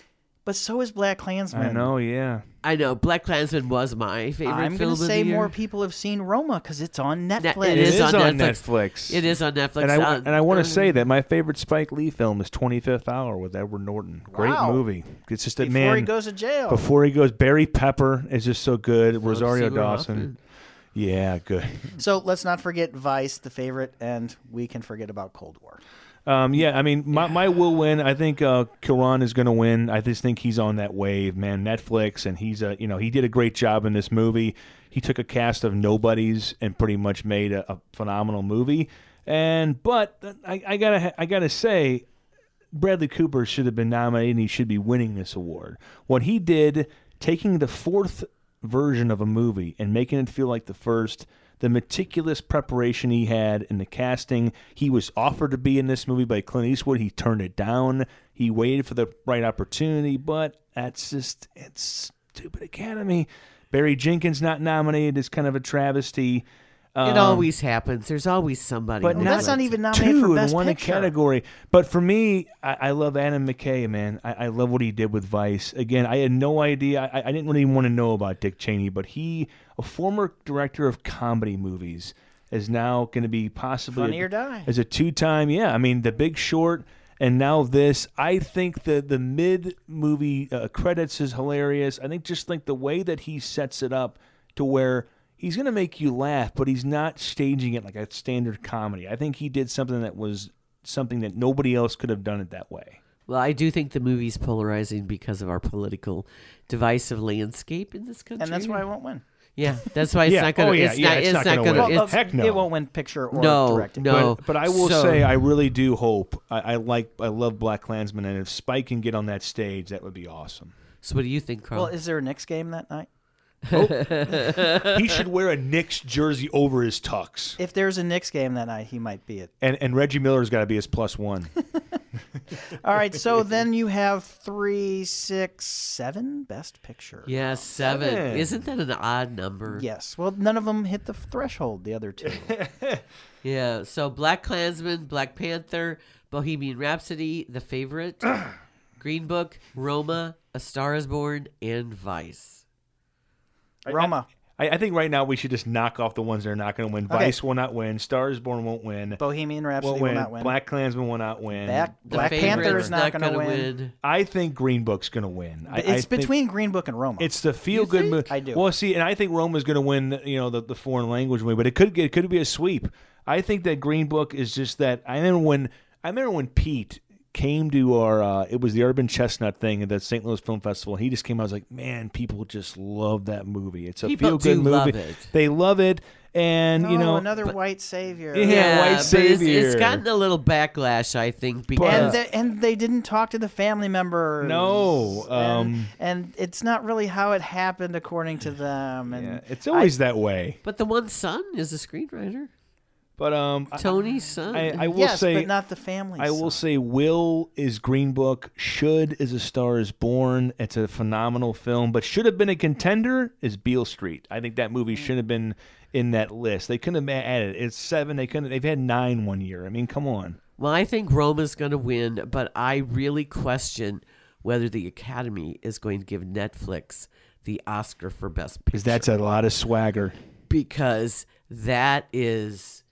but so is Black Klansman.
I know. Yeah.
I know Black Klansman was my favorite.
I'm
going
gonna
to
say more people have seen Roma because it's on Netflix.
it is on
Netflix.
It is on Netflix.
And I,
Uh,
and I want
uh,
to say that
Mm-hmm.
my favorite Spike Lee film is 25th Hour with Edward Norton. Great
Wow.
movie. It's just a
before
man
he goes to jail.
before he goes. Barry Pepper is just so good. Rosario
Seymour
Dawson. Yeah, good.
So let's not forget Vice, the favorite, and we can forget about Cold War.
Um, yeah, I mean, my, my will win. I think uh, Kiran is going to win. I just think he's on that wave, man. Netflix, and he's a you know he did a great job in this movie. He took a cast of nobodies and pretty much made a, a phenomenal movie. And but I, I gotta ha- I gotta say, Bradley Cooper should have been nominated and he should be winning this award. What he did, taking the fourth version of a movie and making it feel like the first, the meticulous preparation he had in the casting. He was offered to be in this movie by Clint Eastwood. He turned it down. He waited for the right opportunity, but that's just, it's stupid Academy. Barry Jenkins not nominated is kind of a travesty.
it always happens. There's always somebody.
um, But
who
not
That's not
wins.
even nominated
two
for
in
Best
one
Picture.
category. But for me, I, I love Adam McKay, man. I, I love what he did with Vice. Again, I had no idea. I, I didn't really want to know about Dick Cheney, but he, a former director of comedy movies, is now going to be possibly
Funny or Die.
as a two-time. Yeah, I mean, The Big Short. And now this, I think the the mid movie uh, credits is hilarious. I think just like the way that he sets it up to where he's going to make you laugh, but he's not staging it like a standard comedy. I think he did something that was something that nobody else could have done it that way.
Well, I do think the movie's polarizing because of our political divisive landscape in this country.
And that's why I won't win.
Yeah, that's why it's
Yeah.
not going.
Oh, yeah,
it's
yeah,
not.
it's
It's,
not
not
gonna
going
win.
to.
Well,
It's
heck no.
It won't win picture or
no,
directing.
no.
But, but I will
So-
say, I really do hope. I, I like, I love Black Klansman, and if Spike can get on that stage, that would be awesome.
So what do you think, Carl?
Well, is there a Knicks game that night?
he should wear a Knicks jersey over his tux,
If there's a Knicks game that night, he might be it.
and and Reggie Miller's got to be his plus one.
All right, so then you have three, six, seven Best Picture.
yeah, 7
Seven.
Isn't that an odd number?
Yes. Well, none of them hit the threshold. The other two.
Yeah. So Black Klansman, Black Panther, Bohemian Rhapsody, The Favorite, Green Book, Roma, A Star Is Born, and Vice.
Roma.
I, I think right now we should just knock off the ones that are not going to win. Vice will not win. Stars Born won't win.
Bohemian Rhapsody
won't
will,
win.
not win.
Black Klansman will not win.
Back-
The
Black Panther
Favorite's
is not
gonna
gonna win.
I think Green Book's going to win. I, I
it's
think
between Green Book and Roma.
It's the feel good
think?
movie.
I do.
Well, see, and I think Roma's going to win. You know, the, the foreign language movie, but it could get it could be a sweep. I think that Green Book is just that. I remember when I remember when Pete came to our uh, it was the Urban Chestnut thing at the St. Louis Film Festival. He just came. I was like, man, people just love that movie. It's a
People
feel
do
good movie.
love it.
They love it, and
no,
you know
Oh, another white savior.
Yeah, white
but it's- it's
savior.
gotten a little backlash, I think,
and
because
they, and they didn't talk to the family members.
No, um,
and, and it's not really how it happened according to them. And
It's always that way.
but the one son is a screenwriter.
But um, I-
Tony's son.
I, I will
yes,
say
but not the family.
I will say Will is Green Book, Should is A Star is Born. It's a phenomenal film, but should have been a contender is Beale Street. I think that
Mm.
movie shouldn't have been in that list. They couldn't have added it. It's seven. They couldn't. They've had nine one year. I mean, come on.
well, I think Roma's going to win, but I really question whether the Academy is going to give Netflix the Oscar for Best Picture
Because that's a lot of swagger.
because that is.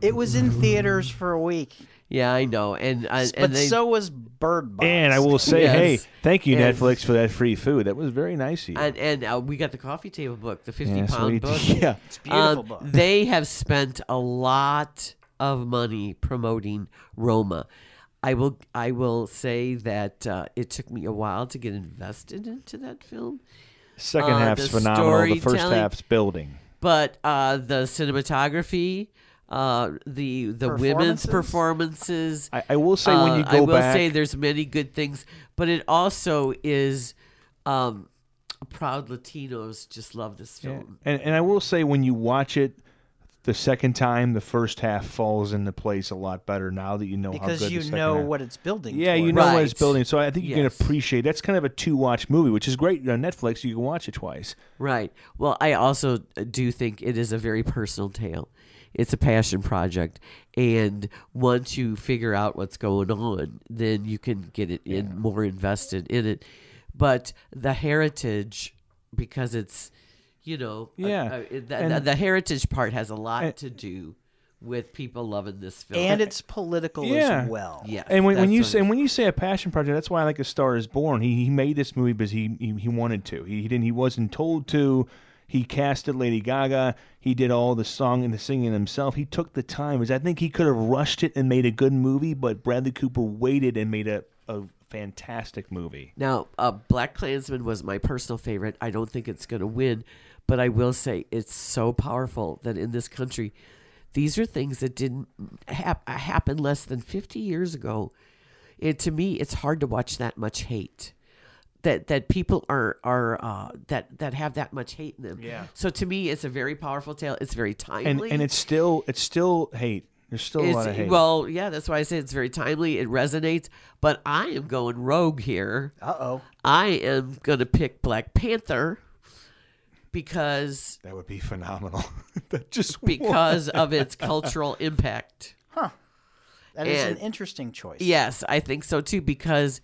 it was in theaters for a week,
Yeah, I know, and I
but
and they,
so was Bird Box.
And I will say,
Yes.
hey, thank you
Yes.
Netflix for that free food. That was very nice of you.
and, and uh, we got the coffee table book, the fifty
Yeah,
pound
so we-
book.
yeah.
It's a beautiful
Um,
book.
Oh,
They have spent a lot of money promoting Roma. I will I will say that uh, it took me a while to get invested into that film,
Second
Uh,
half's
the
phenomenal. The first
storytelling-
half's building.
but uh, the cinematography, uh, the the women's
Performances?
performances.
I, I will say when you
Uh,
go
I will
back,
say there's many good things, but it also is um, proud Latinos just love this film.
And and I will say when you watch it the second time, the first half falls into place a lot better now that you know how
because
good
you
the second
know
half.
what it's building.
Yeah, you
toward.
know what it's
Right.
building. So I think you
Yes.
can appreciate that's kind of a two watch movie, which is great. On Netflix, you can watch it twice.
Right. Well, I also uh, do think it is a very personal tale. It's a passion project, and once you figure out what's going on, then you can get it in more invested in it. But the heritage, because it's, you know, a-
Yeah.
a- it- the,
And-
the heritage part has a lot to do with people loving this film.
and it's political
Yeah.
as well.
yes,
and when, when
that's
you
what
say
it-
and when you say a passion project, that's why I like A Star Is Born. He he made this movie because he he, he wanted to. He, he didn't. He wasn't told to. He casted Lady Gaga. He did all the song and the singing himself. He took the time. Because I think he could have rushed it and made a good movie, but Bradley Cooper waited and made a, a fantastic movie.
Now, uh, Black Klansman was my personal favorite. I don't think it's going to win, but I will say it's so powerful that in this country, these are things that didn't hap- happen less than 50 years ago. It, to me, it's hard to watch that much hate. That, that people are are uh, that that have that much hate in them.
Yeah.
So to me, it's a very powerful tale. It's very timely.
And and it's still it's still hate. There's still a lot of
It's-
hate.
well, yeah, that's why I say it's very timely. It resonates. But I am going rogue here.
Uh oh.
I am gonna pick Black Panther because
that would be phenomenal. that just
because of its cultural impact.
That is an
And-
interesting choice.
Yes, I think so too. Because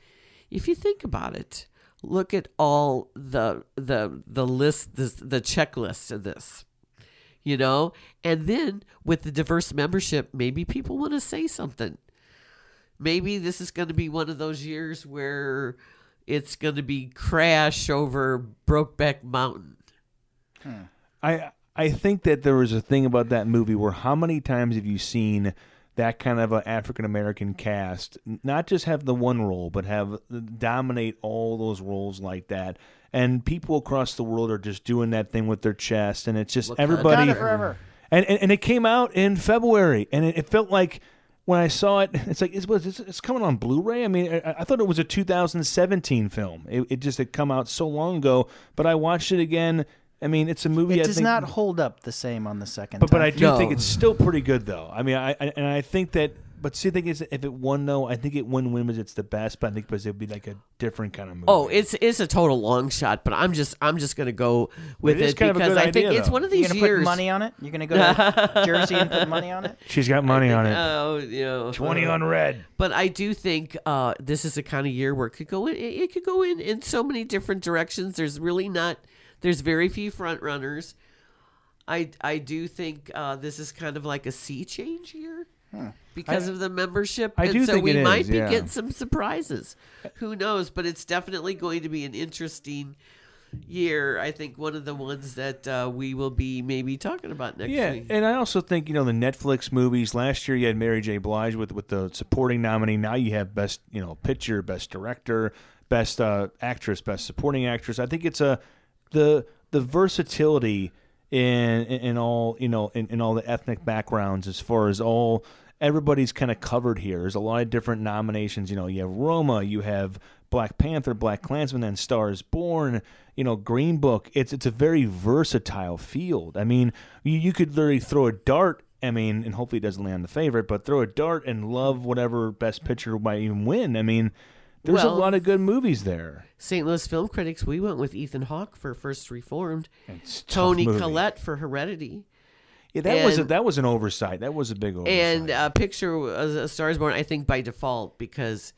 if you think about it, look at all the the the list, this, the checklist of this, you know, and then with the diverse membership, maybe people want to say something. Maybe this is going to be one of those years where it's going to be crash over Brokeback Mountain.
I I think that there was a thing about that movie where how many times have you seen that kind of an African American cast n- not just have the one role but have uh, dominate all those roles like that and people across the world are just doing that thing with their chest and it's just everybody
Wakanda forever.
and, and and it came out in February and it, it felt like when I saw it it's like it's was it's, it's coming on Blu-ray I mean I, I thought it was a 2017 film it, it just had come out so long ago but I watched it again I mean it's a movie
It
I
does
think-
not hold up the same on the second.
but, but I
time.
do
No.
think it's still pretty good, though. I mean, I, I and I think that. But see, the thing is, if it won, though, I think it won win because it's the best. But I think because it'd be like a different kind of movie.
Oh, it's it's a total long shot, but I'm just I'm just gonna go with
It
it,
is kind of a
because
good
I think
idea,
it's
though.
one of
You're
these
gonna
years.
put money on it. You're gonna go to Jersey and put money on it.
she's got money on it.
Oh, you know,
Twenty on red.
But I do think uh, this is the kind of year where it could go in. It, it could go in in so many different directions. There's really not. There's very few front runners. I I do think uh, this is kind of like a sea change year because of the membership.
I
and
do
so
think
we
it
might
is,
be
yeah.
getting some surprises. Who knows? But it's definitely going to be an interesting year. I think one of the ones that uh, we will be maybe talking about next
Yeah,
week.
and I also think you know the Netflix movies. Last year you had Mary J. Blige with with the supporting nominee. Now you have best you know picture, best director, best uh, actress, best supporting actress. I think it's a the the versatility in in, in all you know in, in all the ethnic backgrounds as far as all everybody's kind of covered here. There's a lot of different nominations. You know, you have Roma, you have Black Panther, Black Klansman, then Stars Born. You know, Green Book. It's it's a very versatile field. I mean, you, you could literally throw a dart I mean, and hopefully it doesn't land the favorite, but throw a dart and love whatever best picture might even win. I mean, there's
Well-
a lot of good movies there.
St. Louis film critics, we went with Ethan Hawke for First Reformed,
It's a tough
Tony
movie.
Collette for Heredity,
Yeah, that was a,
and-
that was an oversight. That was a big oversight.
and uh, Picture was A Star Is Born, I think by default, because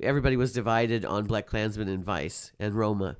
everybody was divided on Black Klansman and Vice and Roma.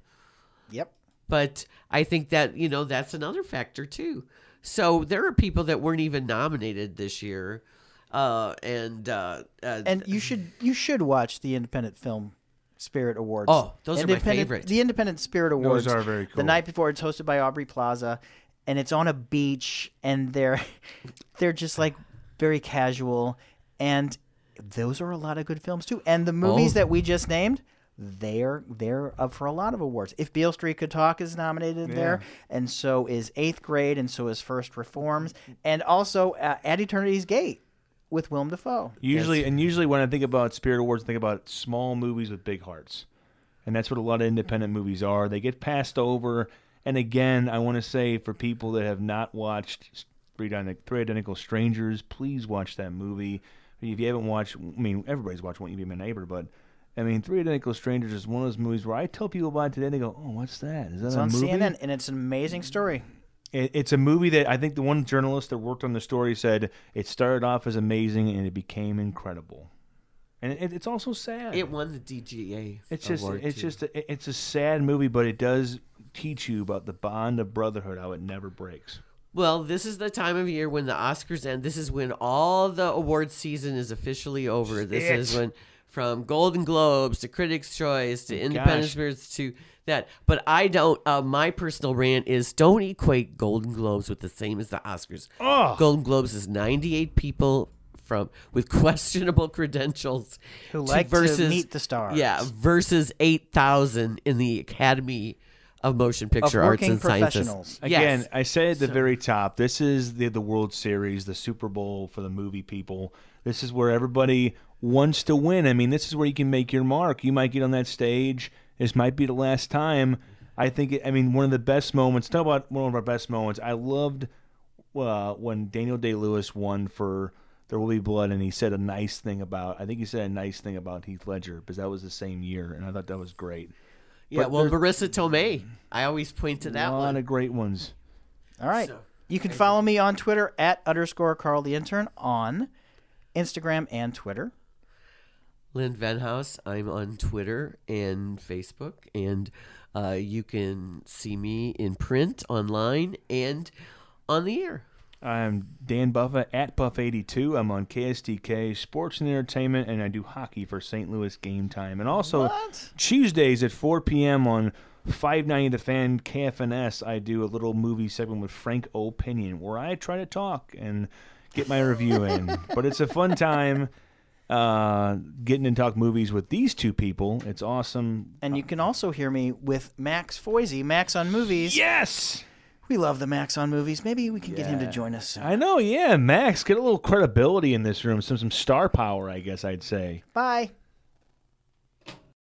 Yep.
But I think that, you know, that's another factor too. So there are people that weren't even nominated this year. Uh, and uh, uh,
And you should you should watch the Independent Film Spirit Awards.
Oh, those are my
Independent-
favorite.
The Independent Spirit Awards
are very cool.
The night before, it's hosted by Aubrey Plaza, and it's on a beach, and they're they're just like very casual, and those are a lot of good films too. And the movies
Oh.
that we just named. They're they're up for a lot of awards. If Beale Street Could Talk is nominated there, and so is Eighth Grade, and so is First Reforms, and also uh, At Eternity's Gate with Willem Dafoe.
Usually, and usually when I think about Spirit Awards, I think about small movies with big hearts, and that's what a lot of independent movies are. They get passed over. And again, I want to say for people that have not watched Three Ident- Three Identical Strangers, please watch that movie. If you haven't watched, I mean, everybody's watched Won't You Be My Neighbor, but I mean, Three Identical Strangers is one of those movies where I tell people about it today, they go, "Oh, what's that? Is that
It's
a
on
movie?"
CNN, and it's an amazing story.
It, it's a movie that I think the one journalist that worked on the story said it started off as amazing and it became incredible, and it, it's also sad.
it won the DGA.
it's just
award,
it's
too.
just a, it's a sad movie, but it does teach you about the bond of brotherhood, how it never breaks.
Well, this is the time of year when the Oscars end. This is when all the award season is officially over. This
It.
is when from Golden Globes to Critics' Choice
Oh,
to Independent
gosh.
Spirits to that. But I don't. Uh, my personal rant is don't equate Golden Globes with the same as the Oscars.
Ugh.
Golden Globes is ninety-eight people from with questionable credentials
Who
to
like to meet the stars.
Yeah, versus eight thousand in the Academy of Motion Picture Arts
working
and Sciences.
professionals.
Again,
Yes.
I say at the very top, this is the the World Series, the Super Bowl for the movie people. This is where everybody wants to win. I mean, this is where you can make your mark. You might get on that stage. This might be the last time. I think. It, I mean, one of the best moments. Talk about one of our best moments. I loved uh, when Daniel Day Lewis won for There Will Be Blood, and he said a nice thing about. I think he said a nice thing about Heath Ledger because that was the same year, and I thought that was great.
Yeah,
But
well, Marissa Tomei. I always point to that
a lot
one.
of great ones.
All right.
So-
you can follow me on Twitter at underscore Carl the Intern on Instagram and Twitter.
Lynn Venhouse. I'm on Twitter and Facebook, and uh, you can see me in print, online, and on the air.
I'm Dan Buffa at Buff82. I'm on KSTK Sports and Entertainment, and I do hockey for St. Louis Game Time. And also
What?
Tuesdays at 4 p.m. on 590 The Fan KFNS, I do a little movie segment with Frank Opinion where I try to talk and get my review in. But it's a fun time uh, getting to talk movies with these two people. It's awesome.
And you can also hear me with Max Foisey, Max on Movies.
Yes!
We love the Max on Movies. Maybe we can get him to join us soon.
I know, yeah, Max, get a little credibility in this room, some some star power, I guess I'd say.
Bye.